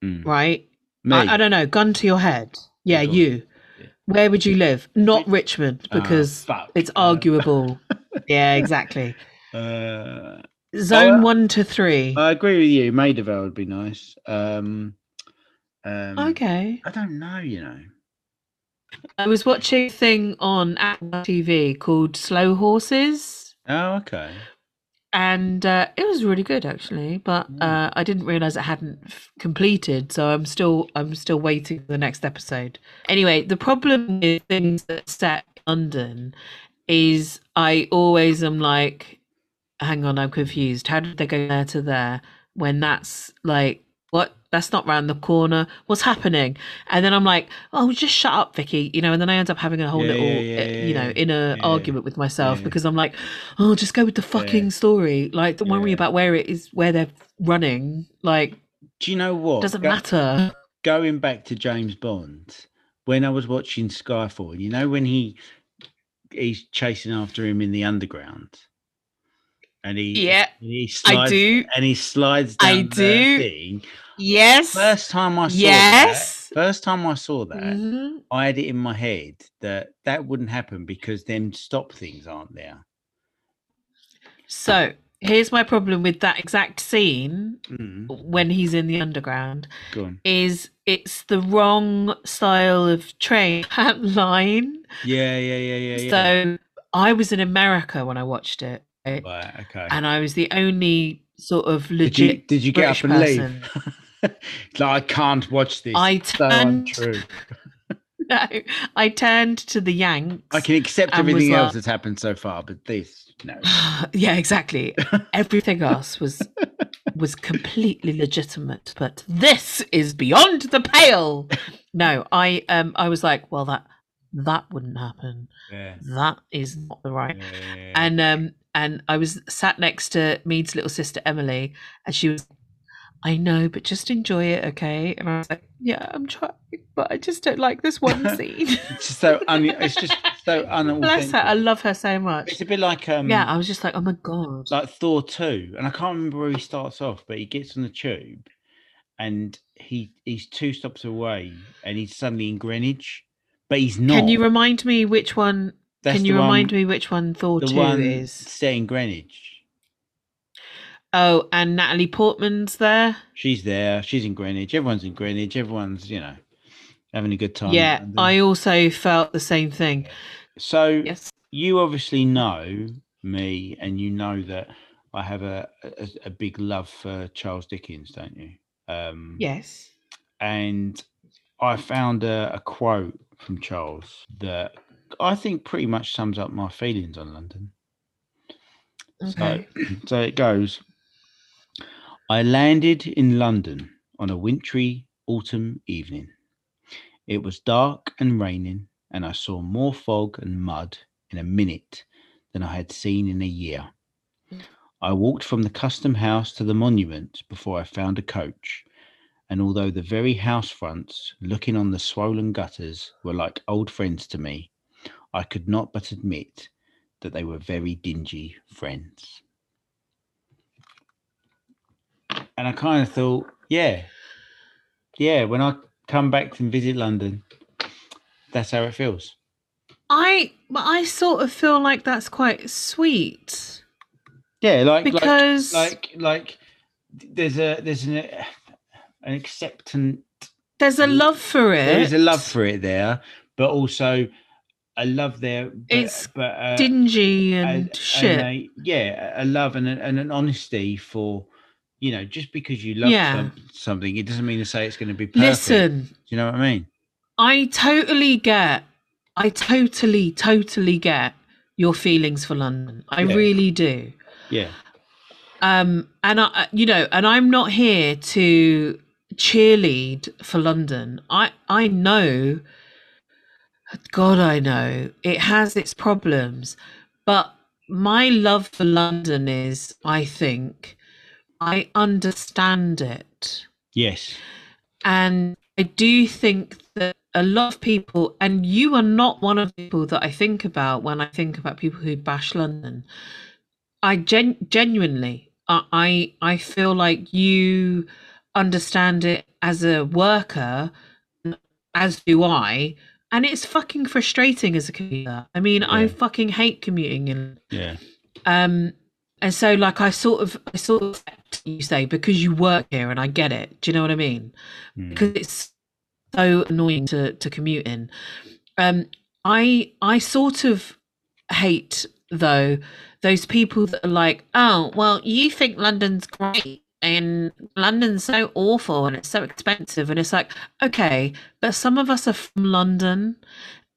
S3: Mm.
S2: right?
S3: Me,
S2: Hmm. I, I don't know. Gun to your head. Yeah,
S3: Go on.
S2: you.
S3: Yeah.
S2: Where would you live? Not
S3: Ri-
S2: Richmond,
S3: Ah,
S2: because
S3: fuck.
S2: it's
S3: Uh,
S2: arguable. yeah, exactly.
S3: uh,
S2: Zone
S3: uh,
S2: one to three.
S3: I agree with you. Maidavale would be nice. Um, um,
S2: Okay.
S3: I don't know, you know.
S2: I was watching a thing on Apple TV called Slow Horses,
S3: Oh, okay.
S2: and uh, it was really good actually. But
S3: Mm.
S2: uh, I didn't realize it hadn't f- completed, so I'm still I'm still waiting for the next episode. Anyway, the problem with things that are set in London is I always am like, hang on, I'm confused. How did they go there to there when that's like what? That's not round the corner. What's happening? And then I'm like, oh, just shut up, Vicky. You know, and then I end up having a whole
S3: Yeah,
S2: little,
S3: yeah,
S2: uh,
S3: yeah,
S2: you know,
S3: yeah.
S2: inner
S3: Yeah,
S2: argument with myself
S3: yeah.
S2: because I'm like, oh, just go with the fucking story. Like, don't worry
S3: Yeah.
S2: about where it is, where they're running. Like,
S3: Do you know what?
S2: doesn't
S3: Go-
S2: matter.
S3: Going back to James Bond, when I was watching Skyfall, you know when he he's chasing after him in the underground, and he
S2: Yeah,
S3: and he slides,
S2: I do.
S3: and he slides down
S2: I
S3: the
S2: do.
S3: thing.
S2: Yes.
S3: First time I saw
S2: Yes.
S3: that, first time I saw that,
S2: Mhm.
S3: I had it in my head that that wouldn't happen because them stop things aren't there.
S2: So here's my problem with that exact scene
S3: Mm,
S2: when he's in the underground
S3: go on.
S2: is it's the wrong style of train line.
S3: Yeah, yeah, yeah, yeah, yeah.
S2: So I was in America when I watched it, right?
S3: Right, okay.
S2: and I was the only sort of
S3: did you
S2: legit.
S3: did you get
S2: British
S3: up and leave? no, I can't watch this.
S2: I
S3: so
S2: turned.
S3: untrue.
S2: no, I turned to the Yanks.
S3: I can accept
S2: and was
S3: everything else
S2: like-
S3: that's happened so far, but this no.
S2: yeah, exactly. Everything else was was completely legitimate, but this is beyond the pale. No, I um I was like, well that that wouldn't happen.
S3: Yeah.
S2: That is not the right.
S3: yeah, yeah, yeah.
S2: And um and I was sat next to Mead's little sister Emily, and she was, I know, but just enjoy it, okay? And I was like, yeah, I'm trying, but I just don't like this one scene.
S3: it's just so un- it's just so unauthentic.
S2: Bless her, I love her so much.
S3: it's a bit like um
S2: yeah, I was just like, oh my god.
S3: like Thor two, and I can't remember where he starts off, but he gets on the tube, and he he's two stops away, and he's suddenly in Greenwich, but he's not.
S2: Can you remind me which one?
S3: That's
S2: can you
S3: the
S2: remind
S3: one,
S2: me which one Thor
S3: the
S2: two
S3: one
S2: is?
S3: set in Greenwich?
S2: Oh, and Natalie Portman's there.
S3: She's there. She's in Greenwich. Everyone's in Greenwich. Everyone's you know having a good time. in
S2: yeah,
S3: London.
S2: I also felt the same thing.
S3: So
S2: Yes.
S3: you obviously know me, and you know that I have a a, a big love for Charles Dickens, don't you? Um,
S2: Yes.
S3: and I found a, a quote from Charles that I think pretty much sums up my feelings on London.
S2: Okay.
S3: So, so it goes I landed in London on a wintry autumn evening. It was dark and raining, and I saw more fog and mud in a minute than I had seen in a year. I walked from the custom house to the monument before I found a coach, and although the very house fronts, looking on the swollen gutters, were like old friends to me, I could not but admit that they were very dingy friends. And I kind of thought, yeah, yeah, when I come back and visit London, that's how it feels.
S2: I but I sort of feel like that's quite sweet
S3: Yeah, like like
S2: because
S3: like like there's a there's an an acceptance
S2: there's a love for it.
S3: there is a love for it there, but also a love there but,
S2: It's
S3: but uh,
S2: dingy and,
S3: and-
S2: shit.
S3: and a- yeah, a a love and, a, and an honesty for, you know, just because you love
S2: Yeah.
S3: some- something, it doesn't mean to say it's going to be perfect.
S2: Listen,
S3: Do you know what I mean?
S2: I totally get, I totally, totally get your feelings for London. I
S3: Yeah.
S2: really do.
S3: Yeah.
S2: um and i you know and i'm not here to cheerlead for london i i know god i know it has its problems but my love for london is i think i understand it
S3: Yes.
S2: and I do think that a lot of people, and you are not one of the people that I think about when I think about people who bash London. I gen- genuinely, I, I I feel like you understand it as a worker, as do I, and it's fucking frustrating as a commuter. I mean, I
S3: Yeah.
S2: fucking hate commuting in
S3: Yeah.
S2: um and so like i sort of i sort of get what you say because you work here and i get it do you know what i mean
S3: Mm.
S2: because it's so annoying to to commute in um i i sort of hate though those people that are like oh well you think london's great and london's so awful and it's so expensive and it's like okay but some of us are from london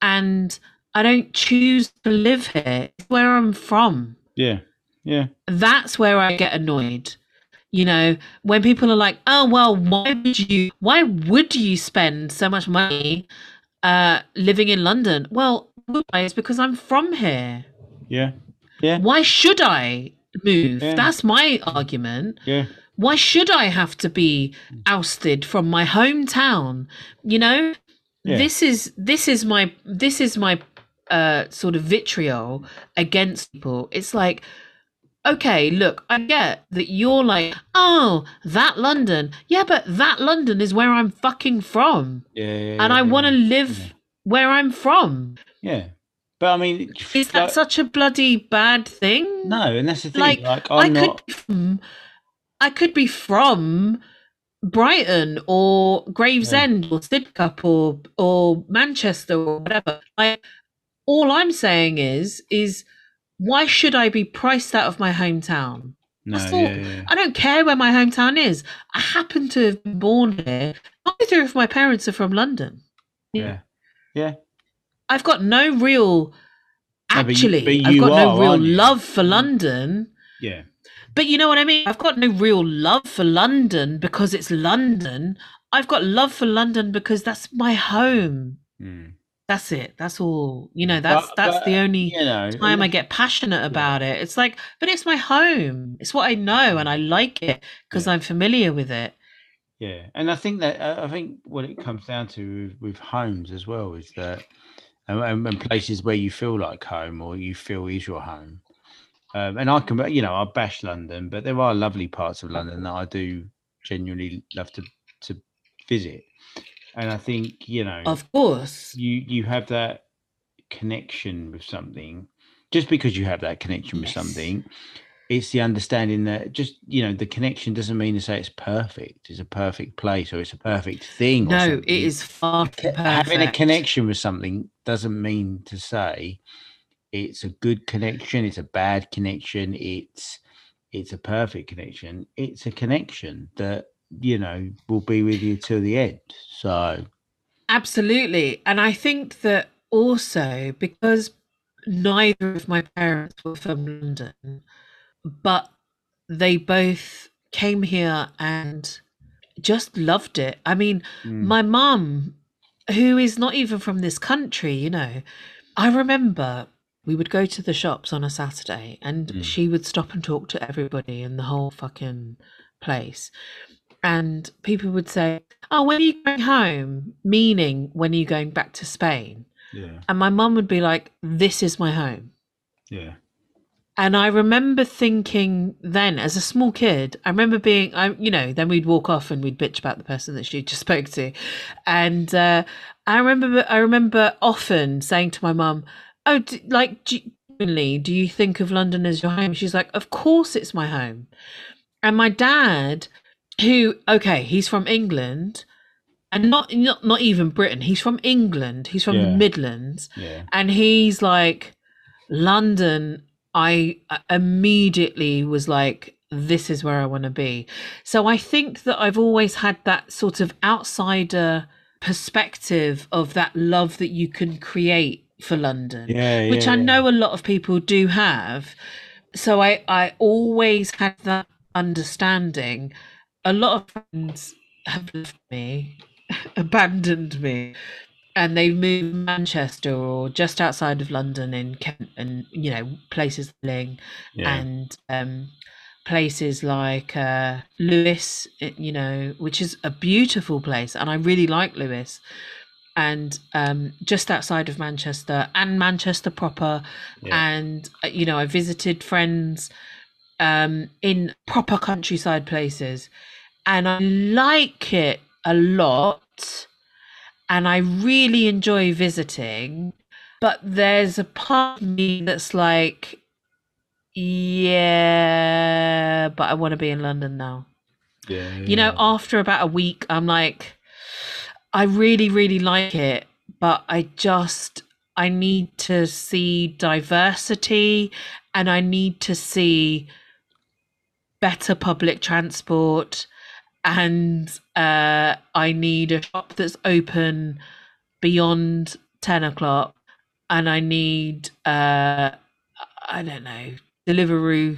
S2: and i don't choose to live here it's where i'm from
S3: Yeah. Yeah.
S2: that's where I get annoyed. you know when people are like oh well why would you why would you spend so much money uh living in london well would I? it's because i'm from here
S3: Yeah.
S2: why should i move
S3: Yeah.
S2: that's my argument
S3: Yeah.
S2: why should i have to be
S3: Mm.
S2: ousted from my hometown you know
S3: Yeah.
S2: this is this is my this is my uh sort of vitriol against people it's like okay look i get that you're like oh that london yeah but that london is where i'm fucking from
S3: Yeah. Mm.
S2: and i want to live
S3: Yeah.
S2: where i'm from
S3: Yeah. But I mean,
S2: is that
S3: like-
S2: such a bloody bad thing
S3: no, and that's the thing. Like,
S2: like, I
S3: I'm
S2: could
S3: not.
S2: be from, I could be from Brighton or Gravesend or Sidcup or or Manchester or whatever. Like all I'm saying is is why should I be priced out of my hometown?
S3: No,
S2: thought-
S3: yeah, yeah.
S2: I don't care where my hometown is. I happen to have been born here. Neither of my parents are from London.
S3: yeah.
S2: I've got no real
S3: No, but you-
S2: actually
S3: but
S2: I've
S3: you
S2: got
S3: are,
S2: no real
S3: aren't you?
S2: love for
S3: Mm.
S2: London.
S3: Yeah.
S2: But you know what I mean? I've got no real love for London because it's London. I've got love for London because that's my home.
S3: Mm.
S2: That's it. That's all. You know, that's
S3: But-
S2: that's
S3: but,
S2: the only
S3: You know,
S2: time I get passionate about it. It's like, but it's my home. It's what I know and I like it because
S3: Yeah.
S2: I'm familiar with it.
S3: Yeah, and I think that uh, I I think what it comes down to with, with homes as well is that, and, and- and places where you feel like home or you feel is your home. Um, and I can, you know, I bash London, but there are lovely parts of London that I do genuinely love to to visit. And I think you know,
S2: Of course.
S3: you you have that connection with something just because you have that connection with
S2: Yes.
S3: something it's the understanding that just you know the connection doesn't mean to say it's perfect it's a perfect place or it's a perfect thing or
S2: No, it
S3: something.
S2: is far
S3: C-
S2: from
S3: having a
S2: perfect.
S3: connection with something doesn't mean to say it's a good connection it's a bad connection it's it's a perfect connection it's a connection that you know will be with you till the end so
S2: Absolutely. And I think that also because neither of my parents were from London, but they both came here and just loved it. I mean,
S3: mm,
S2: my mum, who is not even from this country, you know, I remember we would go to the shops on a Saturday and
S3: Mm.
S2: she would stop and talk to everybody in the whole fucking place. And people would say, Oh, when are you going home? Meaning, when are you going back to Spain?
S3: yeah
S2: And my mum would be like, This is my home.
S3: yeah
S2: And I remember thinking then, as a small kid, I remember being, I, you know, then we'd walk off and we'd bitch about the person that she just spoke to, and uh, I remember, I remember often saying to my mum, "Oh, d like, genuinely, do you think of London as your home?" She's like, "Of course, it's my home." And my dad, who, okay, he's from England, and not not not even Britain. He's from England. He's from the
S3: Yeah.
S2: Midlands
S3: yeah
S2: and he's like london i uh, immediately was like this is where i want to be so i think that i've always had that sort of outsider perspective of that love that you can create for london
S3: yeah
S2: which
S3: yeah,
S2: i
S3: yeah.
S2: know a lot of people do have so i i always had that understanding a lot of friends have left me abandoned me and they moved to manchester or just outside of london in kent and you know places like Ling
S3: yeah.
S2: and um places like uh lewis i- you know which is a beautiful place and i really like lewis and um just outside of manchester and manchester proper
S3: Yeah.
S2: and uh, you know i visited friends um in proper countryside places and i like it a lot and i really enjoy visiting but there's a part of me that's like yeah but i want to be in london now
S3: yeah,
S2: you know
S3: yeah.
S2: after about a week i'm like i really really like it but i just i need to see diversity and i need to see better public transport and uh i need a shop that's open beyond 10 o'clock and i need uh i don't know deliveroo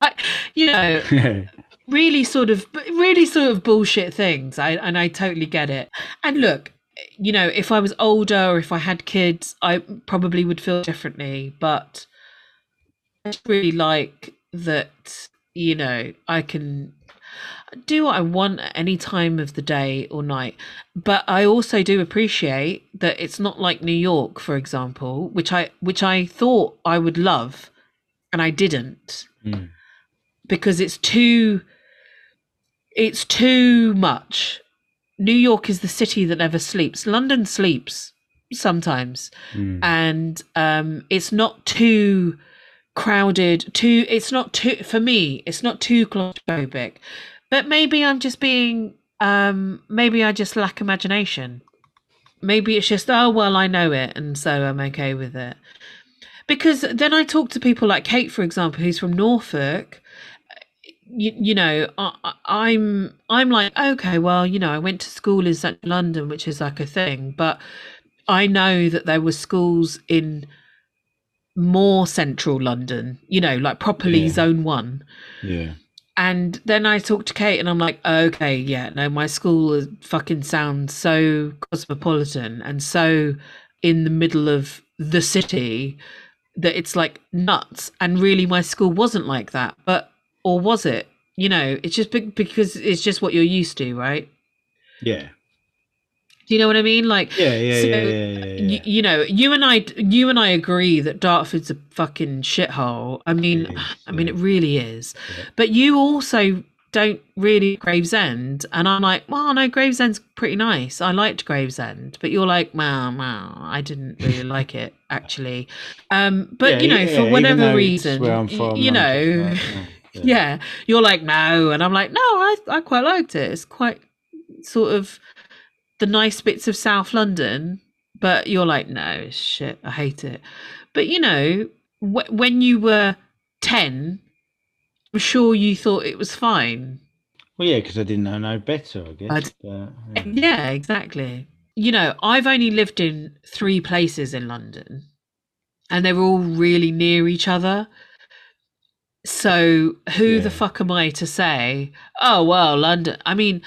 S2: I, you know
S3: yeah,
S2: really sort of but really sort of bullshit things i and i totally get it and look you know if i was older or if i had kids i probably would feel differently but i just really like that you know i can do what i want at any time of the day or night but i also do appreciate that it's not like new york for example which i which i thought i would love and i didn't
S3: Mm.
S2: because it's too it's too much. New York is the city that never sleeps. London sleeps sometimes
S3: Mm.
S2: and um it's not too crowded too it's not too for me it's not too claustrophobic but maybe i'm just being um maybe i just lack imagination maybe it's just oh well i know it and so i'm okay with it because then i talk to people like kate for example who's from norfolk you, you know I, I- i'm i'm like okay well you know i went to school in central london which is like a thing but I know that there were schools in more central London, you know, like properly
S3: Yeah.
S2: zone one.
S3: Yeah.
S2: And then I talked to Kate and I'm like, okay, yeah, no, my school is fucking sounds so cosmopolitan and so in the middle of the city that it's like nuts. And really, my school wasn't like that, but, or was it? You know, it's just be- because it's just what you're used to, right?
S3: Yeah.
S2: Do you know what I mean? Like,
S3: Yeah. Yeah.
S2: So,
S3: yeah, yeah, yeah,
S2: Y-
S3: yeah.
S2: you know, you and I, you and I agree that Dartford's a fucking shithole. I mean,
S3: It is,
S2: I mean,
S3: yeah.
S2: it really is.
S3: Yeah.
S2: But you also don't really Gravesend, and I'm like, well, no, Gravesend's pretty nice. I liked Gravesend, but you're like, well, well, I didn't really like it actually. Um, but
S3: Yeah,
S2: you know,
S3: yeah,
S2: for
S3: even
S2: whatever
S3: though it's
S2: reason,
S3: where I'm
S2: y-
S3: from,
S2: you
S3: I'm just
S2: know,
S3: like, oh,
S2: yeah you're like no and i'm like no i i quite liked it it's quite sort of the nice bits of south london but you're like no shit i hate it but you know wh- when you were 10 i'm sure you thought it was fine
S3: Well, yeah, because I didn't know no better, I guess. but, yeah.
S2: yeah exactly you know i've only lived in three places in london and they're all really near each other so who
S3: Yeah.
S2: the fuck am i to say oh well london i mean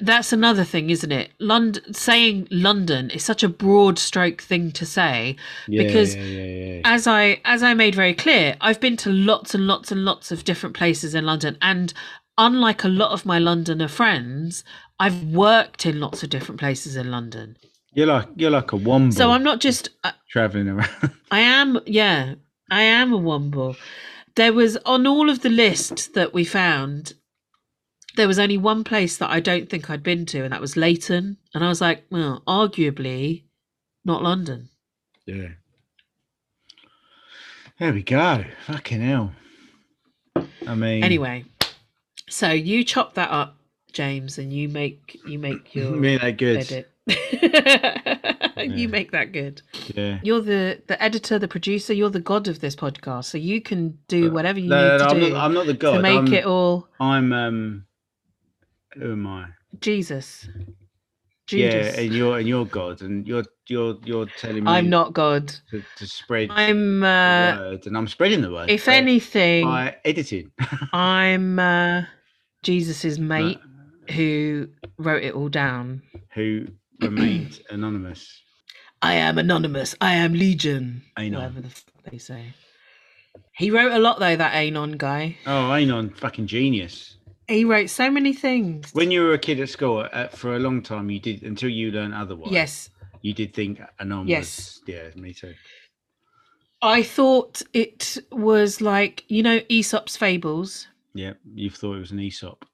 S2: that's another thing isn't it london saying london is such a broad stroke thing to say
S3: Yeah,
S2: because
S3: yeah, yeah, yeah.
S2: as i as i made very clear i've been to lots and lots and lots of different places in london and unlike a lot of my londoner friends i've worked in lots of different places in london
S3: you're like you're like a womble
S2: so i'm not just I-
S3: traveling around.
S2: I am, yeah, I am a Womble. There was on all of the list that we found, there was only one place that I don't think I'd been to, and that was Leighton. And I was like, well, arguably not London.
S3: yeah. There we go. Fucking hell. I mean,
S2: Anyway, so you chop that up, James, and you make you make your
S3: really that good.
S2: edit.
S3: Yeah.
S2: You make that good.
S3: Yeah.
S2: You're the the editor, the producer. You're the god of this podcast, so you can do
S3: But-
S2: whatever you need
S3: Uh, No, no,
S2: to
S3: I'm,
S2: do
S3: not, I'm not the god.
S2: to make
S3: I'm,
S2: it all.
S3: I'm um. Who am I?
S2: Jesus. Judas.
S3: Yeah, and you're and you're God, and you're you're you're telling me
S2: I'm not God.
S3: to, to spread
S2: I'm
S3: the
S2: uh
S3: word, and I'm spreading the word.
S2: if
S3: by-
S2: anything,
S3: by editing,
S2: I'm uh Jesus's mate
S3: Right.
S2: who wrote it all down.
S3: who remained anonymous.
S2: I am anonymous. I am legion.
S3: Anon.
S2: Whatever the fuck they say. He wrote a lot though, that Anon guy.
S3: Oh, Anon, fucking genius.
S2: He wrote so many things.
S3: When you were a kid at school, uh, for a long time, you did until you learned otherwise.
S2: yes.
S3: you did think Anon
S2: Yes.
S3: was. Yeah, me too.
S2: I thought it was like, you know, Aesop's fables.
S3: Yeah, you thought it was an Aesop.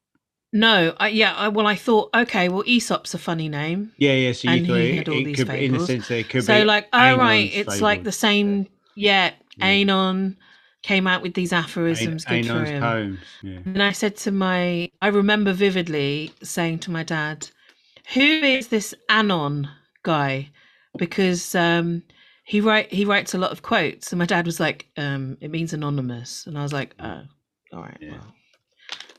S2: No, I, yeah, I, well, I thought, okay, well, Aesop's a funny name.
S3: Yeah, yeah. So you
S2: And he
S3: thought
S2: had
S3: it,
S2: all
S3: it
S2: these
S3: could, be- in a
S2: fables.
S3: sense, that it could
S2: so
S3: be.
S2: like oh right
S3: Anon's
S2: it's like the
S3: fables.
S2: same yeah,
S3: Yeah.
S2: anon came out with these
S3: An-
S2: aphorisms good for
S3: Anon's
S2: him
S3: poems. Yeah.
S2: and i said to my i remember vividly saying to my dad who is this anon guy because um he write he writes a lot of quotes and my dad was like um it means anonymous and i was like oh all right
S3: Yeah.
S2: well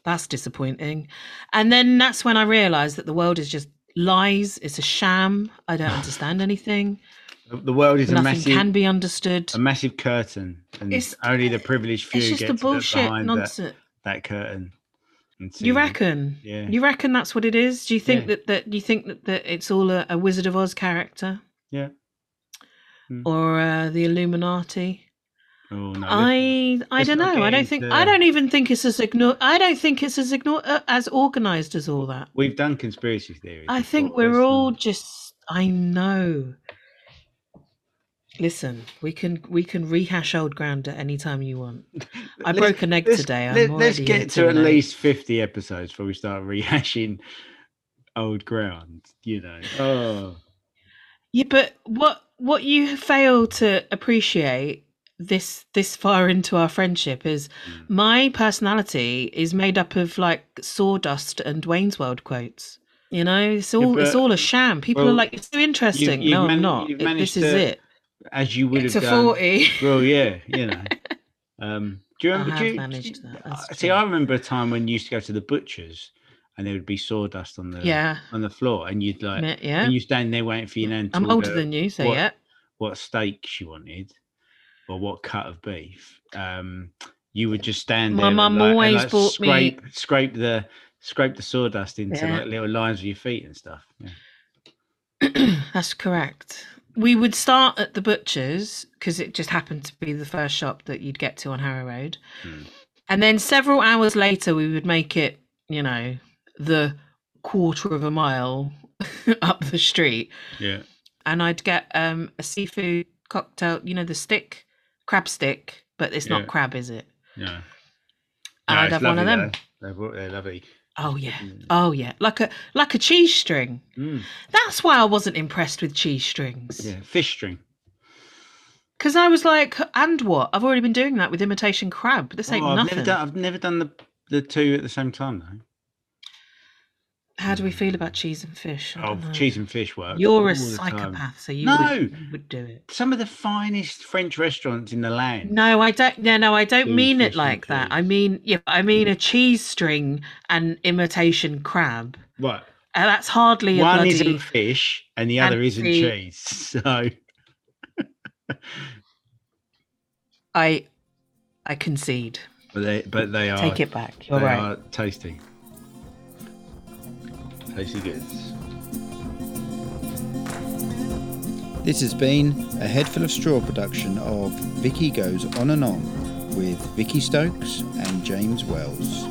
S2: that's disappointing and then that's when i realized that the world is just lies it's a sham i don't understand anything
S3: The- The world is a
S2: nothing
S3: massive,
S2: can be understood.
S3: a massive curtain, and
S2: It's-
S3: only the privileged few
S2: It's just
S3: get
S2: the
S3: to look
S2: bullshit
S3: behind that,
S2: nonsense.
S3: that curtain. and see.
S2: You reckon?
S3: Yeah.
S2: You reckon that's what it is? Do you think
S3: Yeah.
S2: that that do you think that, that it's all a, a Wizard of Oz character?
S3: Yeah. Hmm.
S2: Or uh, the Illuminati?
S3: oh, no, listen.
S2: I I
S3: let's
S2: don't
S3: not
S2: know. I
S3: get
S2: don't think
S3: into-
S2: I don't even think it's as igno- I don't think it's as igno- uh, as organized as all that.
S3: We've done conspiracy theories.
S2: I think
S3: before,
S2: we're
S3: let's
S2: all
S3: not-
S2: just I know. Listen, we can we can rehash old ground at any time you want. I
S3: Let's-
S2: broke an egg
S3: let's-
S2: today. I'm
S3: Let, us
S2: already
S3: get to at
S2: intimidated.
S3: least 50 episodes before we start rehashing old ground, you know. Oh,
S2: Yeah, but what what you fail to appreciate this this far into our friendship is
S3: Mm.
S2: my personality is made up of like sawdust and Wayne's World quotes. You know, it's all it's
S3: but-
S2: all a sham. People are
S3: well,
S2: like, it's so interesting.
S3: you've
S2: no,
S3: man-
S2: I'm not.
S3: you've
S2: It-
S3: managed
S2: this is
S3: to-
S2: it.
S3: as you would
S2: It's a
S3: have done.
S2: forty.
S3: Well, yeah, you know. Um, do you
S2: I
S3: remember? do
S2: have
S3: you-
S2: managed that,
S3: uh,
S2: that's
S3: See,
S2: true.
S3: I remember a time when you used to go to the butchers, and there would be sawdust on the
S2: yeah,
S3: on the floor, and you'd like,
S2: me- yeah. Mm,
S3: and you stand there waiting for your nan to
S2: I'm older
S3: order
S2: than you, so
S3: what-
S2: yeah.
S3: what steak she wanted, or what cut of beef. Um, you would just stand
S2: My
S3: there. and,
S2: mum
S3: like- and,
S2: always
S3: like,
S2: bought me-
S3: scrape, scrape the scrape the sawdust into
S2: Yeah.
S3: like little lines with your feet and stuff. Yeah.
S2: That's correct. We would start at the butcher's because it just happened to be the first shop that you'd get to on Harrow Road.
S3: Hmm.
S2: And then several hours later, we would make it, you know, the quarter of a mile up the street.
S3: Yeah.
S2: And I'd get um, a seafood cocktail, you know, the stick, crab stick, but it's
S3: Yeah.
S2: not crab, is it?
S3: Yeah.
S2: And
S3: No,
S2: I'd
S3: it's
S2: have one of
S3: lovely
S2: them.
S3: though. They're, wo- they're lovely.
S2: Oh, yeah.
S3: Mm.
S2: Oh, yeah. Like a like a cheese string.
S3: Mm,
S2: That's why I wasn't impressed with cheese strings.
S3: Yeah. Fish string.
S2: Because I was like, and what? I've already been doing that with imitation crab. This ain't
S3: Oh, I've
S2: nothing.
S3: never done. I've never done the the two at the same time though.
S2: How do we feel about cheese and fish? I
S3: Oh,
S2: don't know.
S3: cheese and fish work. all
S2: You're
S3: the
S2: a
S3: time.
S2: psychopath, so you,
S3: No!
S2: would, you would do it.
S3: Some of the finest French restaurants in the land.
S2: No, I don't. No, no, I don't
S3: Cheese,
S2: mean
S3: fish
S2: it
S3: and
S2: like that. I
S3: cheese.
S2: mean, yeah, I mean a cheese string and imitation crab.
S3: Right.
S2: Uh, that's hardly a
S3: One
S2: bloody.
S3: isn't fish and the other isn't
S2: fancy-
S3: cheese. So
S2: I, I concede.
S3: but they but they are
S2: Take it back. You're
S3: Oh, they
S2: right.
S3: are tasty. Tasty goods.
S4: This has been a Headful of Straw production of Vicky Goes On and On with Vicky Stokes and James Wells.